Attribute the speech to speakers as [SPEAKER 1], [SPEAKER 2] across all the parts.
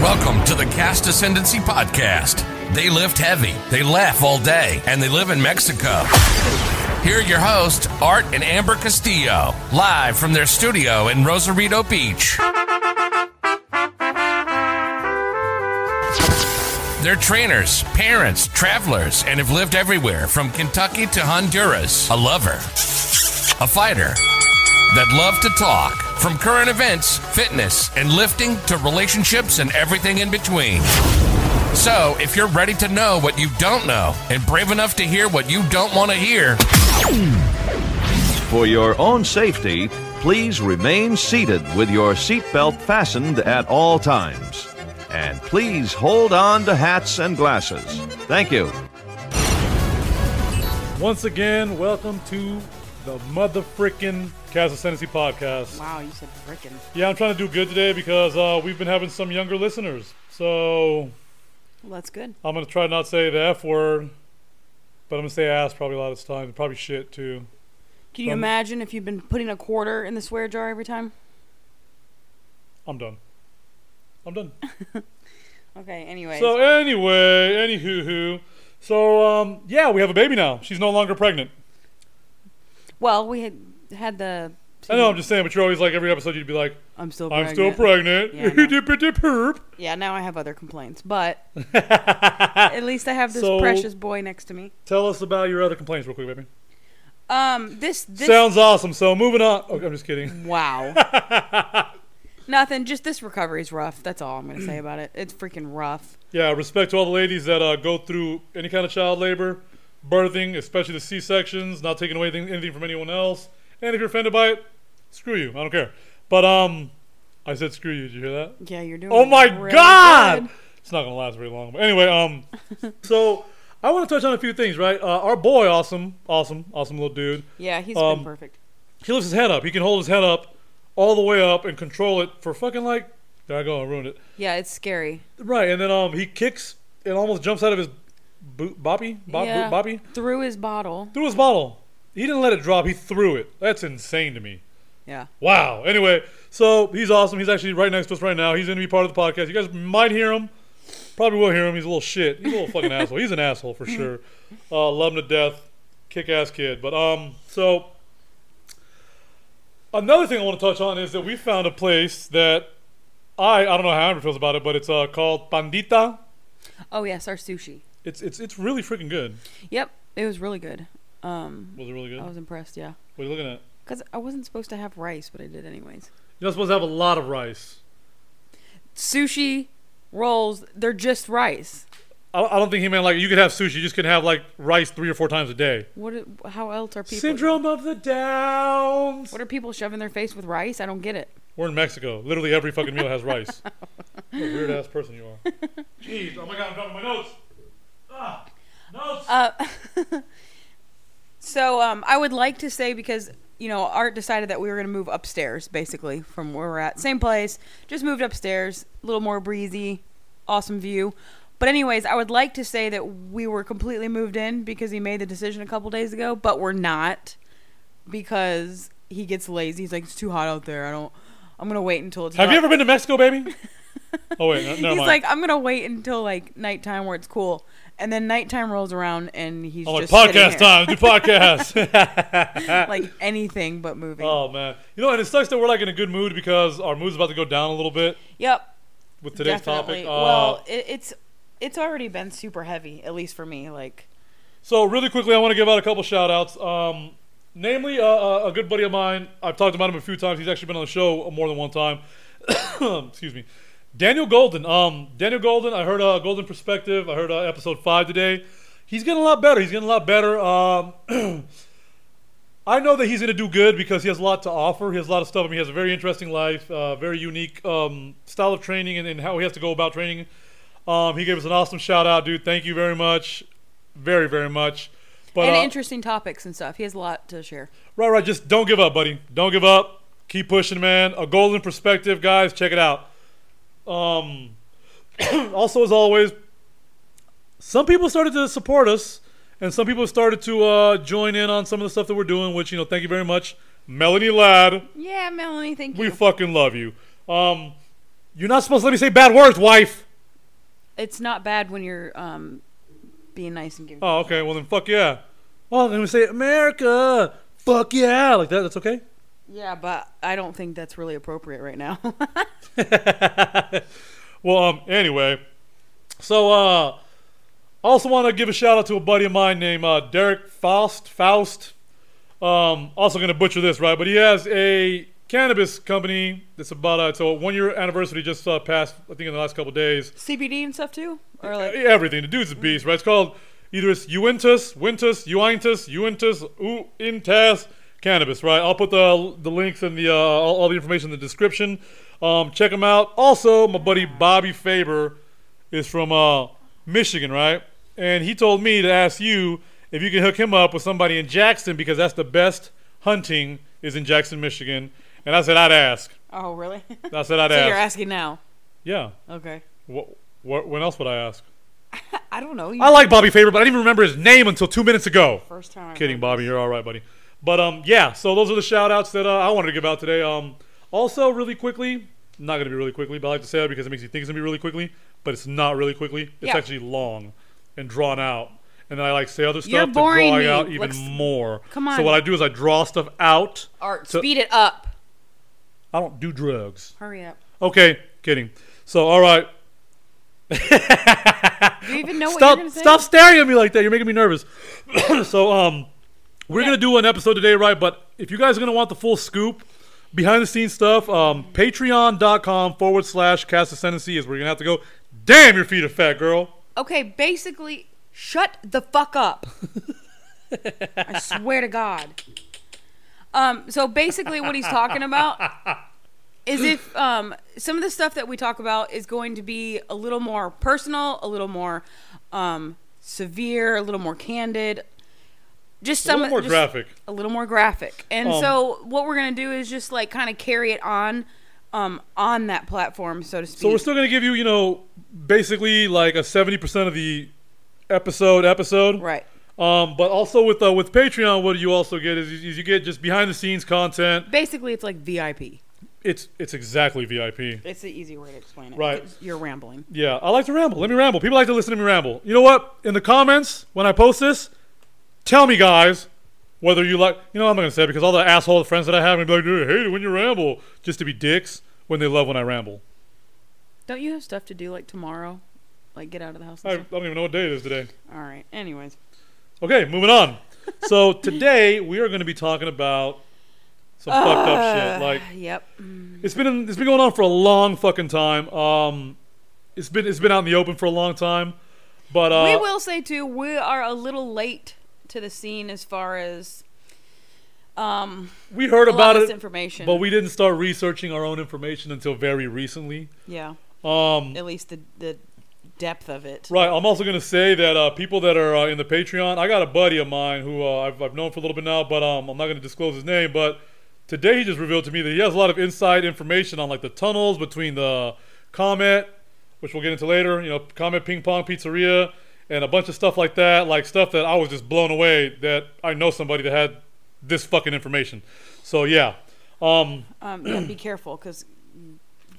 [SPEAKER 1] Welcome to the Cast Ascendancy Podcast. They lift heavy, they laugh all day, and they live in Mexico. Here are your hosts, Art and Amber Castillo, live from their studio in Rosarito Beach. They're trainers, parents, travelers, and have lived everywhere from Kentucky to Honduras. A lover, a fighter that love to talk. From current events, fitness, and lifting to relationships and everything in between. So, if you're ready to know what you don't know and brave enough to hear what you don't want to hear,
[SPEAKER 2] For your own safety, please remain seated with your seatbelt fastened at all times. And please hold on to hats and glasses. Thank you.
[SPEAKER 3] Once again, welcome to the motherfrickin' Cast Ascendancy podcast.
[SPEAKER 4] Wow, you said frickin'.
[SPEAKER 3] Yeah, I'm trying to do good today because uh, we've been having some younger listeners. So
[SPEAKER 4] Well, that's good.
[SPEAKER 3] I'm going to try to not say the F word, but I'm going to say ass probably a lot of this time. Probably shit too.
[SPEAKER 4] Can you
[SPEAKER 3] Um,
[SPEAKER 4] imagine if you've been putting a quarter in the swear jar every time?
[SPEAKER 3] I'm done. I'm done.
[SPEAKER 4] Okay, anyways.
[SPEAKER 3] So anyway, any hoo hoo. So um, yeah, we have a baby now. She's no longer pregnant.
[SPEAKER 4] well, we had had the.
[SPEAKER 3] I know I'm just saying, but you're always like every episode you'd be like,
[SPEAKER 4] I'm still
[SPEAKER 3] I'm
[SPEAKER 4] pregnant.
[SPEAKER 3] still pregnant.
[SPEAKER 4] Yeah, I know.
[SPEAKER 3] Dip-a-dip-herp.
[SPEAKER 4] Yeah, now I have other complaints, but at least I have this
[SPEAKER 3] So-
[SPEAKER 4] precious boy next to me.
[SPEAKER 3] Tell us about your other complaints real quick, baby.
[SPEAKER 4] Um, this this
[SPEAKER 3] Sounds awesome. So moving on. Okay, I'm just kidding.
[SPEAKER 4] wow. Nothing. Just this recovery's rough. That's all I'm gonna say about it. It's freaking rough.
[SPEAKER 3] Yeah, respect to all the ladies that uh, go through any kind of child labor, birthing, especially the C-sections. Not taking away anything, anything from anyone else. And if you're offended by it, screw you. I don't care. But um, I said screw you. Did you hear that?
[SPEAKER 4] Yeah, you're doing.
[SPEAKER 3] Oh my
[SPEAKER 4] really
[SPEAKER 3] God!
[SPEAKER 4] good.
[SPEAKER 3] It's not gonna last very long. But anyway, um, so I want to touch on a few things, right? Uh, our boy, awesome, awesome, awesome little dude.
[SPEAKER 4] Yeah, he's
[SPEAKER 3] Um,
[SPEAKER 4] been perfect.
[SPEAKER 3] He lifts his head up. He can hold his head up all the way up and control it for fucking like. There I go. I ruined it.
[SPEAKER 4] Yeah, it's scary.
[SPEAKER 3] Right, and then um, he kicks and almost jumps out of his boot, boppy, bop,
[SPEAKER 4] yeah.
[SPEAKER 3] boot, boppy,
[SPEAKER 4] through his bottle.
[SPEAKER 3] threw his bottle. He didn't let it drop. He threw it. That's insane to me.
[SPEAKER 4] Yeah.
[SPEAKER 3] Wow. Anyway, so he's awesome. He's actually right next to us right now. He's going to be part of the podcast. You guys might hear him. Probably will hear him. He's a little shit. He's a little fucking asshole. He's an asshole for sure. Uh, love him to death. Kick ass kid. But um, so another thing I want to touch on is that we found a place that I I don't know how Amber feels about it, but it's uh, called Pandita.
[SPEAKER 4] Oh yes, our sushi.
[SPEAKER 3] It's it's it's really freaking good.
[SPEAKER 4] Yep, it was really good. Um,
[SPEAKER 3] Was it really good?
[SPEAKER 4] I
[SPEAKER 3] What
[SPEAKER 4] was impressed. Yeah.
[SPEAKER 3] are you looking at?
[SPEAKER 4] Because I wasn't supposed to have rice, but I did anyways.
[SPEAKER 3] You're not supposed to have a lot of rice.
[SPEAKER 4] Sushi, rolls, they're just rice.
[SPEAKER 3] I, I don't think he meant like you could have sushi. You just could have like rice three or four times a day.
[SPEAKER 4] What? i- How else are people?
[SPEAKER 3] Syndrome of the Downs.
[SPEAKER 4] What are people shoving their face with rice? I don't get it.
[SPEAKER 3] We're in Mexico. Literally every fucking meal has rice. what a weird ass person you are. Jeez. Oh my god, I'm dropping my notes. Ah, notes.
[SPEAKER 4] Uh, So um, I would like to say because you know Art decided that we were going to move upstairs basically from where we're at, same place, just moved upstairs, a little more breezy, awesome view. But anyways, I would like to say that we were completely moved in because he made the decision a couple days ago, but we're not because he gets lazy. He's like, it's too hot out there. I don't. I'm gonna wait until it's.
[SPEAKER 3] have you
[SPEAKER 4] dark."
[SPEAKER 3] ever been to Mexico, baby? Oh wait, no, never
[SPEAKER 4] He's
[SPEAKER 3] mind.
[SPEAKER 4] like, I'm gonna wait until like nighttime where it's cool, and then nighttime rolls around and he's
[SPEAKER 3] I'm Oh, like
[SPEAKER 4] "Oh, just sitting
[SPEAKER 3] podcast
[SPEAKER 4] here,
[SPEAKER 3] time. Do podcast.
[SPEAKER 4] like anything but moving.
[SPEAKER 3] oh man, you know, and it sucks that we're like in a good mood because our mood's about to go down a little bit
[SPEAKER 4] Yep.
[SPEAKER 3] with today's
[SPEAKER 4] Definitely.
[SPEAKER 3] topic. Uh,
[SPEAKER 4] well, it, it's it's already been super heavy, at least for me. Like,
[SPEAKER 3] So really quickly, I want to give out a couple shout outs. Um, namely, uh, uh, a good buddy of mine. I've talked about him a few times. He's actually been on the show more than one time. Excuse me. Daniel Golden. Um, Daniel Golden. I heard uh, Golden Perspective. I heard uh, episode five today. He's getting a lot better. He's getting a lot better. Um, I know that he's going to do good because he has a lot to offer. He has a lot of stuff. I mean, he has a very interesting life, uh, very unique um, style of training, and, and how he has to go about training. Um, he gave us an awesome shout out, dude. Thank you very much, very very much. But
[SPEAKER 4] and
[SPEAKER 3] uh,
[SPEAKER 4] interesting topics and stuff. He has a lot to share.
[SPEAKER 3] right, right, just don't give up, buddy. Don't give up. Keep pushing, man. A golden perspective, guys. Check it out. Um, also, as always, some people started to support us, and some people started to uh, join in on some of the stuff that we're doing. Which you know, thank you very much, Melanie Ladd.
[SPEAKER 4] Yeah, Melanie, thank
[SPEAKER 3] We
[SPEAKER 4] you.
[SPEAKER 3] fucking love you. Um, You're not supposed to let me say bad words, wife.
[SPEAKER 4] It's not bad when you're um, being nice and giving.
[SPEAKER 3] Oh, okay. Well, then fuck yeah. Well, then we say America. Fuck yeah. Like that. That's okay.
[SPEAKER 4] Yeah, but I don't think that's really appropriate right now.
[SPEAKER 3] Well, um, anyway, so uh, also want to give a shout out to a buddy of mine named uh, Derek Faust. Faust. Um, also gonna butcher this, right? But he has a cannabis company that's about uh, it's a one year anniversary just uh, passed. I think in the last couple days.
[SPEAKER 4] CBD and stuff too, or like
[SPEAKER 3] Everything. The dude's a beast, right? It's called either it's Uintus, Wintus, Uintus, Uintus, Uintas Cannabis, right? I'll put the the links and the uh, all, all the information in the description. Um, check them out. Also, my buddy Bobby Faber is from uh, Michigan, right? And he told me to ask you if you can hook him up with somebody in Jackson because that's the best hunting is in Jackson, Michigan. And I said I'd ask.
[SPEAKER 4] oh really?
[SPEAKER 3] I said I'd
[SPEAKER 4] so
[SPEAKER 3] ask.
[SPEAKER 4] you're asking now?
[SPEAKER 3] yeah.
[SPEAKER 4] Okay.
[SPEAKER 3] What, what, when else would I ask?
[SPEAKER 4] I don't know. You
[SPEAKER 3] I like Bobby Faber, but I didn't even remember his name until two minutes ago.
[SPEAKER 4] first time. I
[SPEAKER 3] Kidding,
[SPEAKER 4] heard.
[SPEAKER 3] Bobby. You're all right, buddy. But um, yeah. So those are the shout outs that uh, I wanted to give out today. Um, also, really quickly, not gonna be really quickly, but I like to say that because it makes you think it's gonna be really quickly, but it's not really quickly. It's
[SPEAKER 4] Yeah.
[SPEAKER 3] actually long and drawn out. And then I like say other stuff
[SPEAKER 4] You're
[SPEAKER 3] to
[SPEAKER 4] boring
[SPEAKER 3] draw
[SPEAKER 4] me.
[SPEAKER 3] out even
[SPEAKER 4] Let's-
[SPEAKER 3] more.
[SPEAKER 4] Come
[SPEAKER 3] So
[SPEAKER 4] on.
[SPEAKER 3] what I do is I draw stuff out.
[SPEAKER 4] Art,
[SPEAKER 3] So-
[SPEAKER 4] speed it up.
[SPEAKER 3] I don't do drugs.
[SPEAKER 4] Hurry up.
[SPEAKER 3] Okay, kidding. So all right.
[SPEAKER 4] Do you even know what
[SPEAKER 3] stop
[SPEAKER 4] you're gonna say?
[SPEAKER 3] stop staring at me like that. You're making me nervous. so um we're gonna do an episode today, right? But if you guys are gonna want the full scoop, behind the scenes stuff, um patreon.com forward slash cast ascendancy is where you're gonna have to go. Damn your feet are fat, girl.
[SPEAKER 4] Okay, basically, shut the fuck up. I swear to God. Um, so basically, what he's talking about is if um, some of the stuff that we talk about is going to be a little more personal, a little more um, severe, a little more candid, just
[SPEAKER 3] A
[SPEAKER 4] some
[SPEAKER 3] little more
[SPEAKER 4] just
[SPEAKER 3] graphic.
[SPEAKER 4] a little more graphic. And
[SPEAKER 3] Um,
[SPEAKER 4] so, what we're gonna do is just like kind of carry it on, um, on that platform, so to speak.
[SPEAKER 3] So we're still gonna give you, you know, basically like a seventy percent of the episode episode.
[SPEAKER 4] right.
[SPEAKER 3] Um, but also with uh, with Patreon, what you also get is you, is you get just behind the scenes content.
[SPEAKER 4] Basically, it's like VIP.
[SPEAKER 3] It's it's exactly VIP.
[SPEAKER 4] It's the easy way to explain it.
[SPEAKER 3] Right.
[SPEAKER 4] You're rambling.
[SPEAKER 3] Yeah, I like to ramble. Let me ramble. People like to listen to me ramble. You know what? In the comments when I post this, tell me guys whether you like. You know I'm not gonna say it because all the asshole friends that I have are gonna be like, "Dude, I hate it when you ramble," just to be dicks when they love when I ramble.
[SPEAKER 4] Don't you have stuff to do like tomorrow? Like get out of the house?
[SPEAKER 3] I, I
[SPEAKER 4] And stuff?
[SPEAKER 3] don't even know what day it is today.
[SPEAKER 4] All right. Anyways.
[SPEAKER 3] Okay, moving on. so today we are gonna be talking about some fucked up shit like.
[SPEAKER 4] Yep.
[SPEAKER 3] Uh, It's been it's been going on for a long fucking time. Um, it's been it's been out in the open for a long time, but uh,
[SPEAKER 4] we will say too, we are a little late to the scene as far as um
[SPEAKER 3] we heard
[SPEAKER 4] a lot
[SPEAKER 3] about
[SPEAKER 4] of
[SPEAKER 3] it,
[SPEAKER 4] this information.
[SPEAKER 3] but we didn't start researching our own information until very recently.
[SPEAKER 4] yeah,
[SPEAKER 3] Um,
[SPEAKER 4] at least the the depth of it.
[SPEAKER 3] right. I'm also gonna say that uh, people that are uh, in the Patreon, I got a buddy of mine who uh, I've I've known for a little bit now, but um, I'm not gonna disclose his name, but. Today he just revealed to me that he has a lot of inside information on like the tunnels between the Comet which we'll get into later. You know, Comet Ping Pong Pizzeria and a bunch of stuff like that, like stuff that I was just blown away that I know somebody that had this fucking information. So yeah, um,
[SPEAKER 4] Um, yeah, be careful because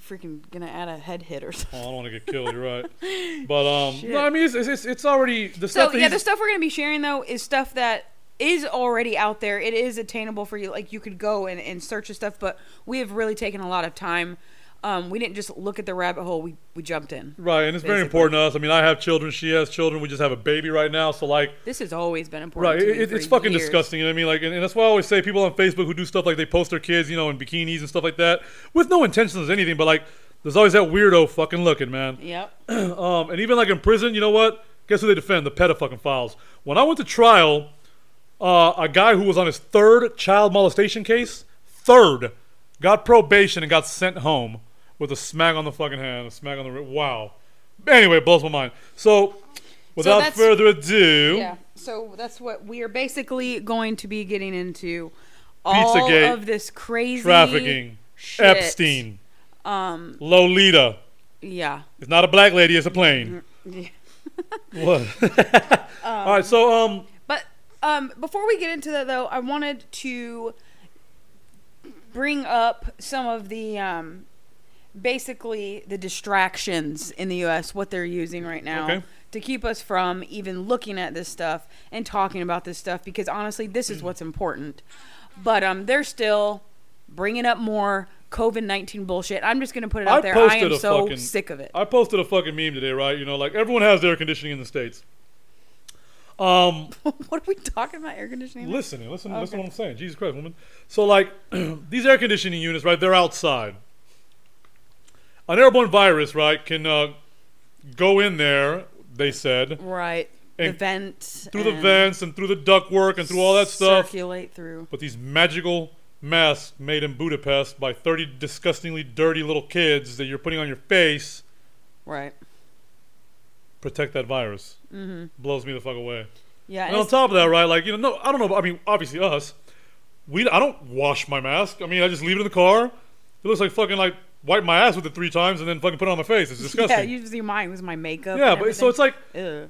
[SPEAKER 4] freaking gonna add a head hit or something.
[SPEAKER 3] I don't want to get killed. You're right, but um, no, I mean it's, it's it's already the stuff.
[SPEAKER 4] So
[SPEAKER 3] that
[SPEAKER 4] yeah, the
[SPEAKER 3] he's-
[SPEAKER 4] stuff we're gonna be sharing though is stuff that is already out there. It is attainable for you. Like you could go and, and search the stuff, but we have really taken a lot of time. Um, we didn't just look at the rabbit hole. We we jumped in.
[SPEAKER 3] Right, and it's very
[SPEAKER 4] basically.
[SPEAKER 3] important to us. I mean, I have children. She has children. We just have a baby right now. So like,
[SPEAKER 4] This has always been important.
[SPEAKER 3] Right,
[SPEAKER 4] to
[SPEAKER 3] it,
[SPEAKER 4] me
[SPEAKER 3] it-
[SPEAKER 4] for
[SPEAKER 3] it's fucking
[SPEAKER 4] years.
[SPEAKER 3] disgusting. You know what I mean? Like, and, and that's why I always say people on Facebook who do stuff like they post their kids, you know, in bikinis and stuff like that, with no intentions of anything, but like, there's always that weirdo fucking looking man.
[SPEAKER 4] Yep.
[SPEAKER 3] Um, and even like in prison, you know what? Guess who they defend? The pedofucking files. When I went to trial, uh, a guy who was on his third child molestation case, third, got probation and got sent home with a smack on the fucking hand, a smack on the wrist. Wow. Anyway, it blows my mind. So, without
[SPEAKER 4] that's-
[SPEAKER 3] further ado,
[SPEAKER 4] Yeah. So that's what we are basically going to be getting into. All
[SPEAKER 3] Pizzagate,
[SPEAKER 4] of this crazy
[SPEAKER 3] trafficking,
[SPEAKER 4] shit.
[SPEAKER 3] Epstein, um, Lolita.
[SPEAKER 4] Yeah.
[SPEAKER 3] It's not a black lady; it's a plane.
[SPEAKER 4] Mm, Yeah.
[SPEAKER 3] What? All right, so um,
[SPEAKER 4] But um, before we get into that, though, I wanted to bring up some of the um, basically the distractions in the U.S. what they're using right now
[SPEAKER 3] Okay.
[SPEAKER 4] to keep us from even looking at this stuff and talking about this stuff because honestly, this
[SPEAKER 3] Mm.
[SPEAKER 4] is what's important. But um, they're still bringing up more COVID nineteen bullshit. I'm just gonna put it out there. I am so sick of it.
[SPEAKER 3] I posted a fucking meme today, right? You know, like everyone has air conditioning in the states.
[SPEAKER 4] what are we talking about? Air conditioning?
[SPEAKER 3] Listen, listen, listen to
[SPEAKER 4] Okay.
[SPEAKER 3] what I'm saying. Jesus Christ, woman. So like these air conditioning units, right? They're outside. An airborne virus, right, can uh, go in there. They said
[SPEAKER 4] right. The
[SPEAKER 3] And
[SPEAKER 4] vent
[SPEAKER 3] through the
[SPEAKER 4] and
[SPEAKER 3] vents and through the ductwork and through all that stuff.
[SPEAKER 4] Circulate through.
[SPEAKER 3] But these magical masks made in Budapest by 30 disgustingly dirty little kids that you're putting on your face
[SPEAKER 4] Right.
[SPEAKER 3] protect that virus. Mm-hmm. Blows me the fuck away.
[SPEAKER 4] Yeah.
[SPEAKER 3] And
[SPEAKER 4] And
[SPEAKER 3] on
[SPEAKER 4] it's-
[SPEAKER 3] top of that, right? Like you know, no, I don't know. but I mean, obviously us. We I don't wash my mask. I mean, I just leave it in the car. It looks like fucking like wipe my ass with it three times and then fucking put it on my face. It's disgusting.
[SPEAKER 4] yeah. Usually mine was my makeup.
[SPEAKER 3] Yeah,
[SPEAKER 4] and
[SPEAKER 3] but so it's like
[SPEAKER 4] everything. Ugh.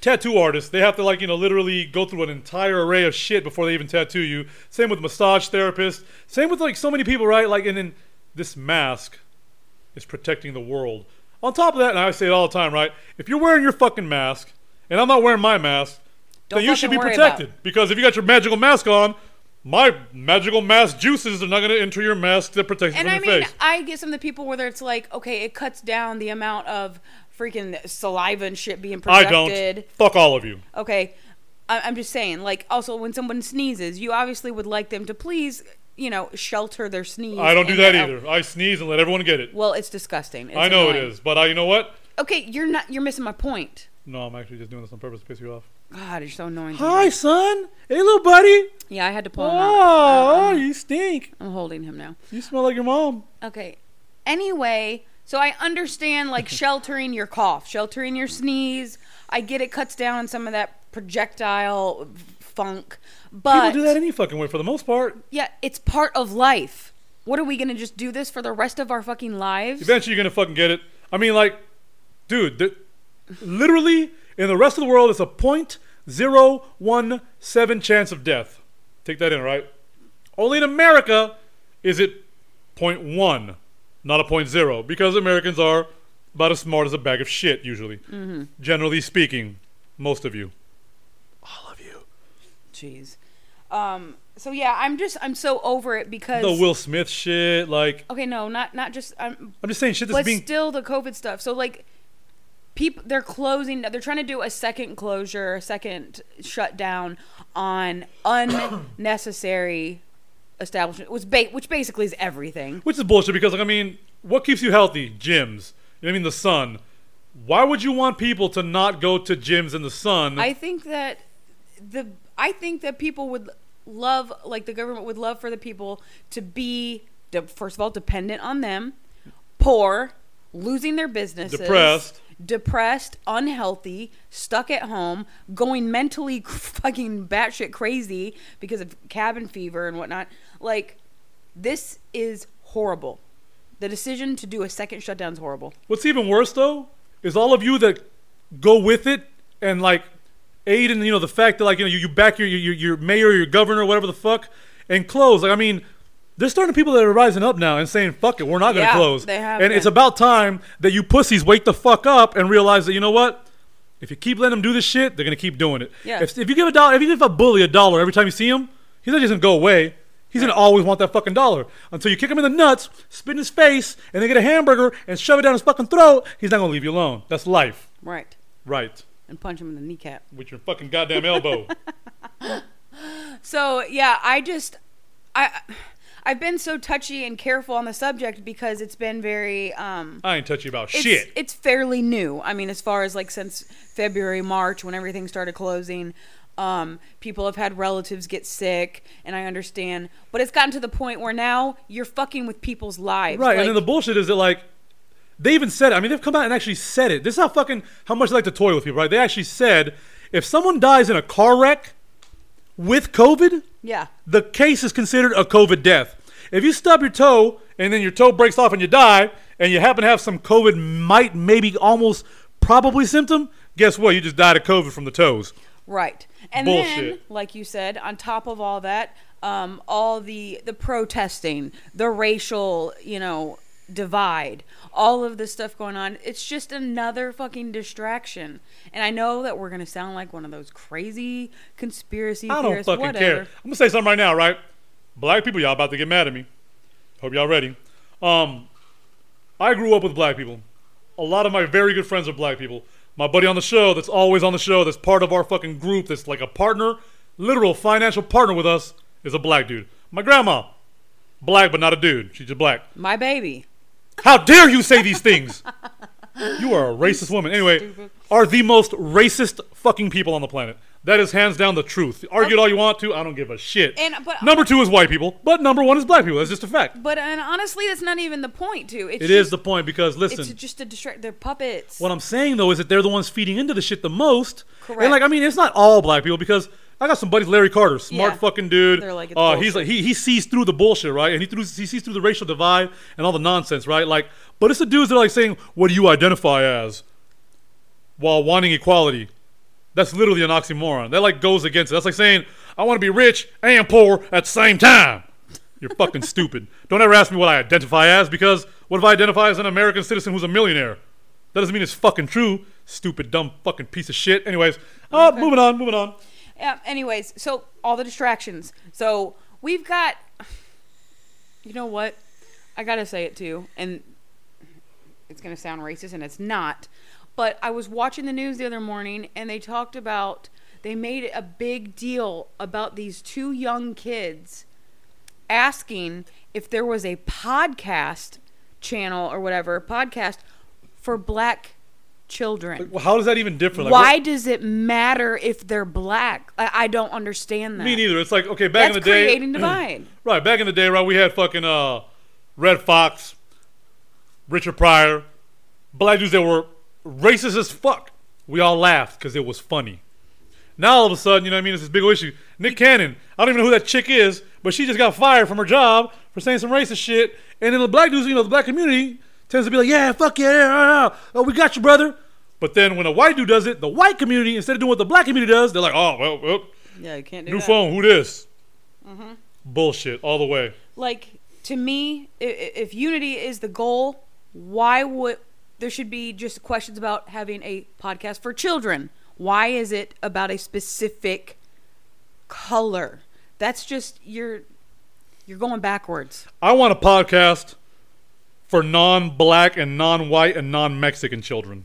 [SPEAKER 3] tattoo artists. They have to like you know literally go through an entire array of shit before they even tattoo you. Same with massage therapists. Same with like so many people, right? Like and then this mask is protecting the world. On top of that, and I say it all the time, right? If you're wearing your fucking mask and I'm not wearing my mask,
[SPEAKER 4] Don't
[SPEAKER 3] then you should be
[SPEAKER 4] fucking worry about
[SPEAKER 3] protected because if you got your magical mask on. My magical mask juices are not going to enter your mask that protects you
[SPEAKER 4] And
[SPEAKER 3] from
[SPEAKER 4] I
[SPEAKER 3] your
[SPEAKER 4] mean,
[SPEAKER 3] face.
[SPEAKER 4] I get some of the people whether it's like, okay, it cuts down the amount of freaking saliva and shit being
[SPEAKER 3] I
[SPEAKER 4] projected.
[SPEAKER 3] don't. Fuck all of you.
[SPEAKER 4] Okay, I- I'm just saying. Like, also when someone sneezes, you obviously would like them to please, you know, shelter their sneeze.
[SPEAKER 3] I don't do
[SPEAKER 4] and
[SPEAKER 3] that
[SPEAKER 4] their-
[SPEAKER 3] either. I sneeze and let everyone get it.
[SPEAKER 4] Well, it's disgusting. It's
[SPEAKER 3] I know it
[SPEAKER 4] annoying.
[SPEAKER 3] is, but I, you know what?
[SPEAKER 4] Okay, you're not. You're missing my point.
[SPEAKER 3] No, I'm actually just doing this on purpose to piss you off.
[SPEAKER 4] God, you're so annoying. to me.
[SPEAKER 3] Hi, son. Hey, little buddy.
[SPEAKER 4] Yeah, I had to pull him out.
[SPEAKER 3] Oh, you stink.
[SPEAKER 4] I'm holding him now.
[SPEAKER 3] You smell like your mom.
[SPEAKER 4] Okay. Anyway, so I understand like sheltering your cough, sheltering your sneeze. I get it cuts down on some of that projectile funk, but
[SPEAKER 3] People do that any fucking way for the most part.
[SPEAKER 4] yeah, it's part of life. What are we gonna just do this for the rest of our fucking lives?
[SPEAKER 3] Eventually, you're gonna fucking get it. I mean, like, dude, th- literally in the rest of the world, it's a point zero one seven chance of death. Take that in, right? Only in America is it point one, not a point zero, because Americans are about as smart as a bag of shit usually. Generally speaking, most of you. All of you.
[SPEAKER 4] Jeez. Um. So yeah, I'm just I'm so over it because
[SPEAKER 3] the Will Smith shit. Like,
[SPEAKER 4] okay, no, not not just I'm
[SPEAKER 3] I'm just saying shit that's
[SPEAKER 4] but
[SPEAKER 3] being.
[SPEAKER 4] still the COVID stuff. So like, people they're closing. They're trying to do a second closure, a second shutdown on unnecessary establishment, which, ba- which basically is everything.
[SPEAKER 3] which is bullshit because, like, I mean, what keeps you healthy? Gyms. You know what I mean? The sun. Why would you want people to not go to gyms in the sun?
[SPEAKER 4] I think that the I think that people would love, like the government would love for the people to be de- first of all dependent on them, poor, losing their businesses,
[SPEAKER 3] Depressed.
[SPEAKER 4] depressed, unhealthy, stuck at home, going mentally fucking batshit crazy because of cabin fever and whatnot. Like this is horrible. The decision to do a second shutdown is horrible.
[SPEAKER 3] What's even worse though is all of you that go with it and like aid in you know the fact that like you know you, you back your, your your mayor, your governor, whatever the fuck, and close. Like I mean, there's starting people that are rising up now and saying fuck it, we're not gonna
[SPEAKER 4] Yeah,
[SPEAKER 3] close.
[SPEAKER 4] they have
[SPEAKER 3] and
[SPEAKER 4] been.
[SPEAKER 3] it's about time that you pussies wake the fuck up and realize that you know what. If you keep letting them do this shit, they're gonna keep doing it.
[SPEAKER 4] Yeah.
[SPEAKER 3] If, if you give a dollar, if you give a bully a dollar every time you see him, he's not just gonna go away. He's gonna always want that fucking dollar until you kick him in the nuts, spit in his face, and then get a hamburger and shove it down his fucking throat. He's not gonna leave you alone. That's life,
[SPEAKER 4] Right.
[SPEAKER 3] right?
[SPEAKER 4] And punch him in the kneecap.
[SPEAKER 3] With your fucking goddamn elbow.
[SPEAKER 4] So yeah, I just I I've been so touchy and careful on the subject because it's been very um
[SPEAKER 3] I ain't touchy about
[SPEAKER 4] it's,
[SPEAKER 3] shit.
[SPEAKER 4] It's fairly new. I mean, as far as like since February, March, when everything started closing, um, people have had relatives get sick, and I understand. But it's gotten to the point where now you're fucking with people's lives.
[SPEAKER 3] Right, and then
[SPEAKER 4] Like,
[SPEAKER 3] the bullshit is that like they even said it. I mean, they've come out and actually said it. This is how fucking how much they like to toy with people, right? They actually said if someone dies in a car wreck with COVID,
[SPEAKER 4] Yeah.
[SPEAKER 3] the case is considered a COVID death. If you stub your toe and then your toe breaks off and you die, and you happen to have some COVID, might maybe almost probably symptom, guess what? You just died of COVID from the toes.
[SPEAKER 4] Right. And then,
[SPEAKER 3] Bullshit.
[SPEAKER 4] like you said, on top of all that, um, all the the protesting, the racial, you know, divide, all of this stuff going on. It's just another fucking distraction. And I know that we're gonna sound like one of those crazy conspiracy
[SPEAKER 3] I don't
[SPEAKER 4] theorists,
[SPEAKER 3] fucking care.
[SPEAKER 4] whatever.
[SPEAKER 3] I'm gonna say something right now, right? Black people, y'all about to get mad at me. Hope y'all ready. Um, I grew up with black people. A lot of my very good friends are black people. My buddy on the show, that's always on the show, that's part of our fucking group, that's like a partner, literal financial partner with us, is a black dude. My grandma, black but not a dude. She's just black.
[SPEAKER 4] My baby.
[SPEAKER 3] How dare you say these things? You are a racist woman. Anyway, are the most racist fucking people on the planet. That is hands down the truth. Argue it all you want to. I don't give a shit.
[SPEAKER 4] And- but-
[SPEAKER 3] number two is white people, but number one is black people. That's just a fact.
[SPEAKER 4] But and honestly, that's not even the point too. It's
[SPEAKER 3] It
[SPEAKER 4] just,
[SPEAKER 3] is the point because listen,
[SPEAKER 4] It's just a distract. They're puppets.
[SPEAKER 3] what I'm saying though is that they're the ones feeding into the shit the most.
[SPEAKER 4] Correct.
[SPEAKER 3] And like, I mean, it's not all black people because I got some buddies, Larry Carter, smart
[SPEAKER 4] Yeah.
[SPEAKER 3] fucking dude.
[SPEAKER 4] They're like, it's
[SPEAKER 3] uh, he's
[SPEAKER 4] bullshit.
[SPEAKER 3] like, he, he sees through the bullshit, right? And he through, he sees through the racial divide and all the nonsense, right? Like, but it's the dudes that are like saying, "What do you identify as?" while wanting equality. That's literally an oxymoron. That like goes against it. That's like saying, "I want to be rich and poor at the same time." You're fucking stupid. Don't ever ask me what I identify as because what if I identify as an American citizen who's a millionaire? That doesn't mean it's fucking true. Stupid, dumb, fucking piece of shit. Anyways, uh, moving on, moving on.
[SPEAKER 4] Yeah. Anyways, so all the distractions. So we've got. You know what? I gotta say it too, and it's gonna sound racist, and it's not. But I was watching the news the other morning, and they talked about they made a big deal about these two young kids asking if there was a podcast channel or whatever podcast for black children.
[SPEAKER 3] Well, how does that even differ? Like,
[SPEAKER 4] Why does it matter if they're black? I, I don't understand that.
[SPEAKER 3] what- Me neither. It's like okay, back
[SPEAKER 4] That's
[SPEAKER 3] in the day,
[SPEAKER 4] creating divide.
[SPEAKER 3] Right, back in the day, right, we had fucking uh, Red Fox, Richard Pryor, black dudes that were racist as fuck. We all laughed because it was funny. Now all of a sudden, you know what I mean? It's this big old issue. Nick Cannon, I don't even know who that chick is, but she just got fired from her job for saying some racist shit. And then the black dudes, you know, the black community tends to be like, yeah, fuck yeah, yeah, yeah, yeah. oh, we got you, brother. But then when a white dude does it, the white community, instead of doing what the black community does, they're like, oh, well, well
[SPEAKER 4] Yeah, you can't do
[SPEAKER 3] new phone, who this?
[SPEAKER 4] Mm-hmm.
[SPEAKER 3] Bullshit, all the way.
[SPEAKER 4] Like to me, i- i- if unity is the goal, why would there should be just questions about having a podcast for children? Why is it about a specific color? That's just you're you're going backwards.
[SPEAKER 3] I want a podcast for non-black and non-white and non-Mexican children.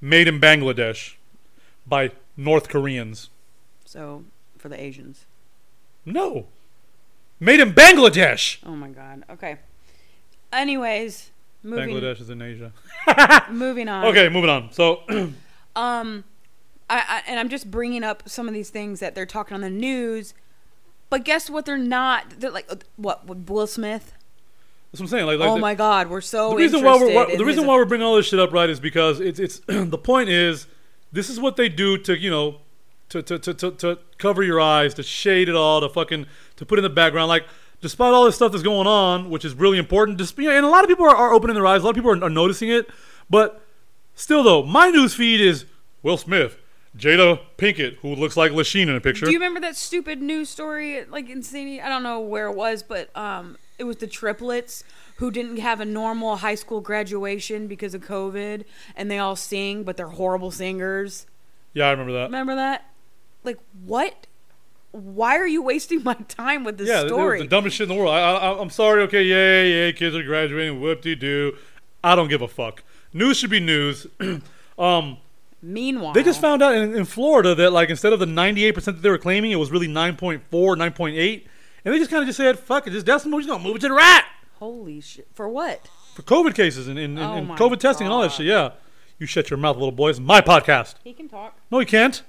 [SPEAKER 3] Made in Bangladesh by North Koreans.
[SPEAKER 4] So for the Asians.
[SPEAKER 3] No. Made in Bangladesh.
[SPEAKER 4] Oh my God. Okay. Anyways, moving
[SPEAKER 3] Bangladesh is in Asia.
[SPEAKER 4] moving on.
[SPEAKER 3] Okay, moving on. So
[SPEAKER 4] um I, I and i'm just bringing up some of these things that they're talking on the news but guess what they're not they're like uh, what with will smith
[SPEAKER 3] that's what I'm saying. Like, like
[SPEAKER 4] oh
[SPEAKER 3] the-
[SPEAKER 4] my god we're so
[SPEAKER 3] the reason why we're
[SPEAKER 4] interested
[SPEAKER 3] why,
[SPEAKER 4] in
[SPEAKER 3] the reason
[SPEAKER 4] his-
[SPEAKER 3] why we're bringing all this shit up right is because it's it's the point is this is what they do to you know to to, to, to to cover your eyes to shade it all to fucking to put in the background like despite all this stuff that's going on which is really important just you know, and a lot of people are, are opening their eyes a lot of people are, are noticing it but still though my news feed is Will Smith Jada Pinkett who looks like Lasheen in a picture
[SPEAKER 4] do you remember that stupid news story like in Sandy? i don't know where it was but um it was the triplets who didn't have a normal high school graduation because of covid and they all sing but they're horrible singers
[SPEAKER 3] yeah I remember that
[SPEAKER 4] remember that like what why are you wasting my time with this
[SPEAKER 3] yeah, it
[SPEAKER 4] story
[SPEAKER 3] was the dumbest shit in the world. I, I, I'm sorry. Okay, yay, yay, kids are graduating. Whoop de doo. I don't give a fuck. News should be news. um,
[SPEAKER 4] meanwhile
[SPEAKER 3] they just found out in, in Florida that like instead of the 98 percent that they were claiming, it was really 9.4, 9.8, and they just kind of just said, "Fuck it, just decimal. We're just gonna move it to the right
[SPEAKER 4] Holy shit. For what?
[SPEAKER 3] for COVID cases and, and, and,
[SPEAKER 4] Oh
[SPEAKER 3] and
[SPEAKER 4] my
[SPEAKER 3] COVID testing and all that
[SPEAKER 4] God.
[SPEAKER 3] shit." Yeah, you shut your mouth, little boy. It's my podcast.
[SPEAKER 4] He can talk.
[SPEAKER 3] No, you can't.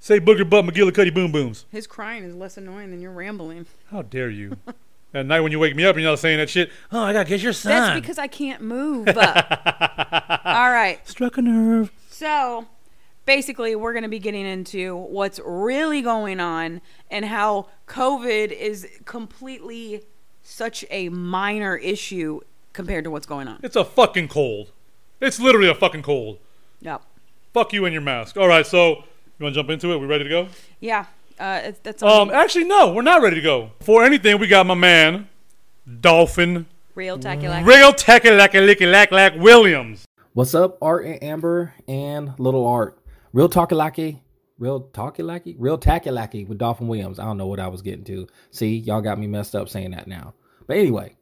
[SPEAKER 3] Say booger butt McGillicuddy boom booms.
[SPEAKER 4] His crying is less annoying than your rambling.
[SPEAKER 3] How dare you? At night when you wake me up and you're not saying that shit. Oh, I gotta get your son.
[SPEAKER 4] That's because I can't move. All right.
[SPEAKER 3] struck a nerve.
[SPEAKER 4] So basically, we're going to be getting into what's really going on and how COVID is completely such a minor issue compared to what's going on.
[SPEAKER 3] It's a fucking cold. It's literally a fucking cold.
[SPEAKER 4] Yep.
[SPEAKER 3] Fuck you and your mask. All right, so you want to jump into it? We ready to go?
[SPEAKER 4] Yeah. Uh, it's that's all.
[SPEAKER 3] Um, actually, no, we're not ready to go. For anything, we got my man, Dolphin.
[SPEAKER 5] Real tacky
[SPEAKER 3] Real tacky lacky licky lack lack Williams.
[SPEAKER 6] What's up, Art and Amber and Little Art? Real Talkalaki, Real Talkalaki, Real Takalaki with Dolphin Williams. I don't know what I was getting to. See, y'all got me messed up saying that now. But anyway,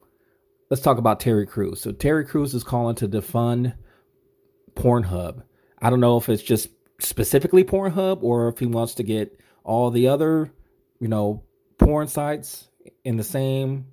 [SPEAKER 6] let's talk about Terry Crews. So Terry Crews is calling to defund Pornhub. I don't know if it's just specifically Pornhub or if he wants to get all the other, you know, porn sites in the same,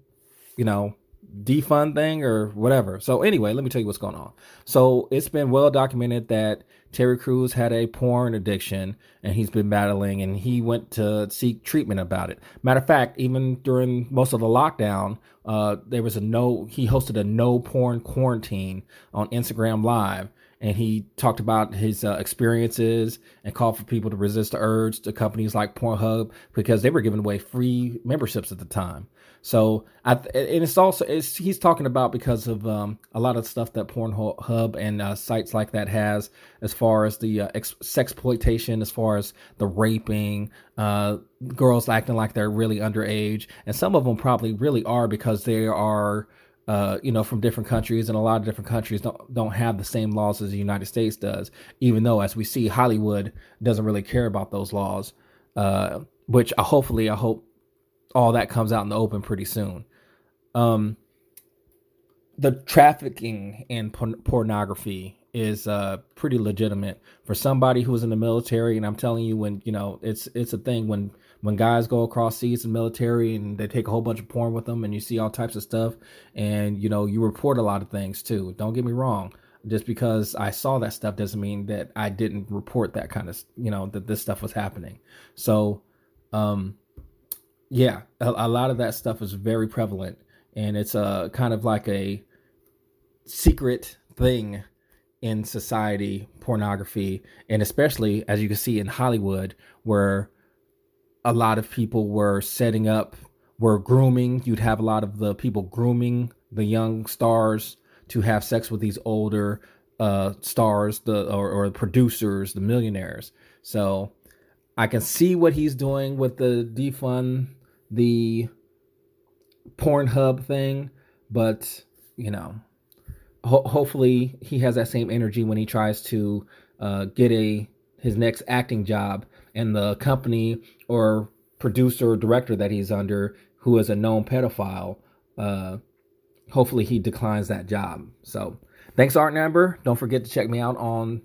[SPEAKER 6] you know, defund thing or whatever. So anyway, let me tell you what's going on. So it's been well documented that Terry Crews had a porn addiction and he's been battling and he went to seek treatment about it. Matter of fact, even during most of the lockdown, uh, there was a no he hosted a no porn quarantine on Instagram Live and he talked about his uh, experiences and called for people to resist the urge to companies like Pornhub because they were giving away free memberships at the time. So I th- and it's also it's he's talking about because of um, a lot of stuff that Pornhub and uh, sites like that has as far as the uh, ex- sexploitation, as far as the raping, uh, girls acting like they're really underage, and some of them probably really are because they are. Uh, you know, from different countries, and a lot of different countries don't don't have the same laws as the United States does. Even though, as we see, Hollywood doesn't really care about those laws, uh, which I hopefully I hope all that comes out in the open pretty soon. Um, the trafficking in porn- pornography is uh, pretty legitimate for somebody who was in the military. And I'm telling you, when you know, it's it's a thing when when guys go across seas in military and they take a whole bunch of porn with them, and you see all types of stuff, and you know, you report a lot of things too. Don't get me wrong. Just because I saw that stuff doesn't mean that I didn't report that kind of you know that this stuff was happening. So. Um, yeah a, a lot of that stuff is very prevalent and it's a kind of like a secret thing in society pornography and especially as you can see in hollywood where a lot of people were setting up were grooming you'd have a lot of the people grooming the young stars to have sex with these older uh stars the or, or producers the millionaires so i can see what he's doing with the defund the Pornhub thing, but you know, ho- hopefully he has that same energy when he tries to uh, get a his next acting job and the company or producer or director that he's under, who is a known pedophile. Uh, hopefully he declines that job. So thanks, Art Number. Don't forget to check me out on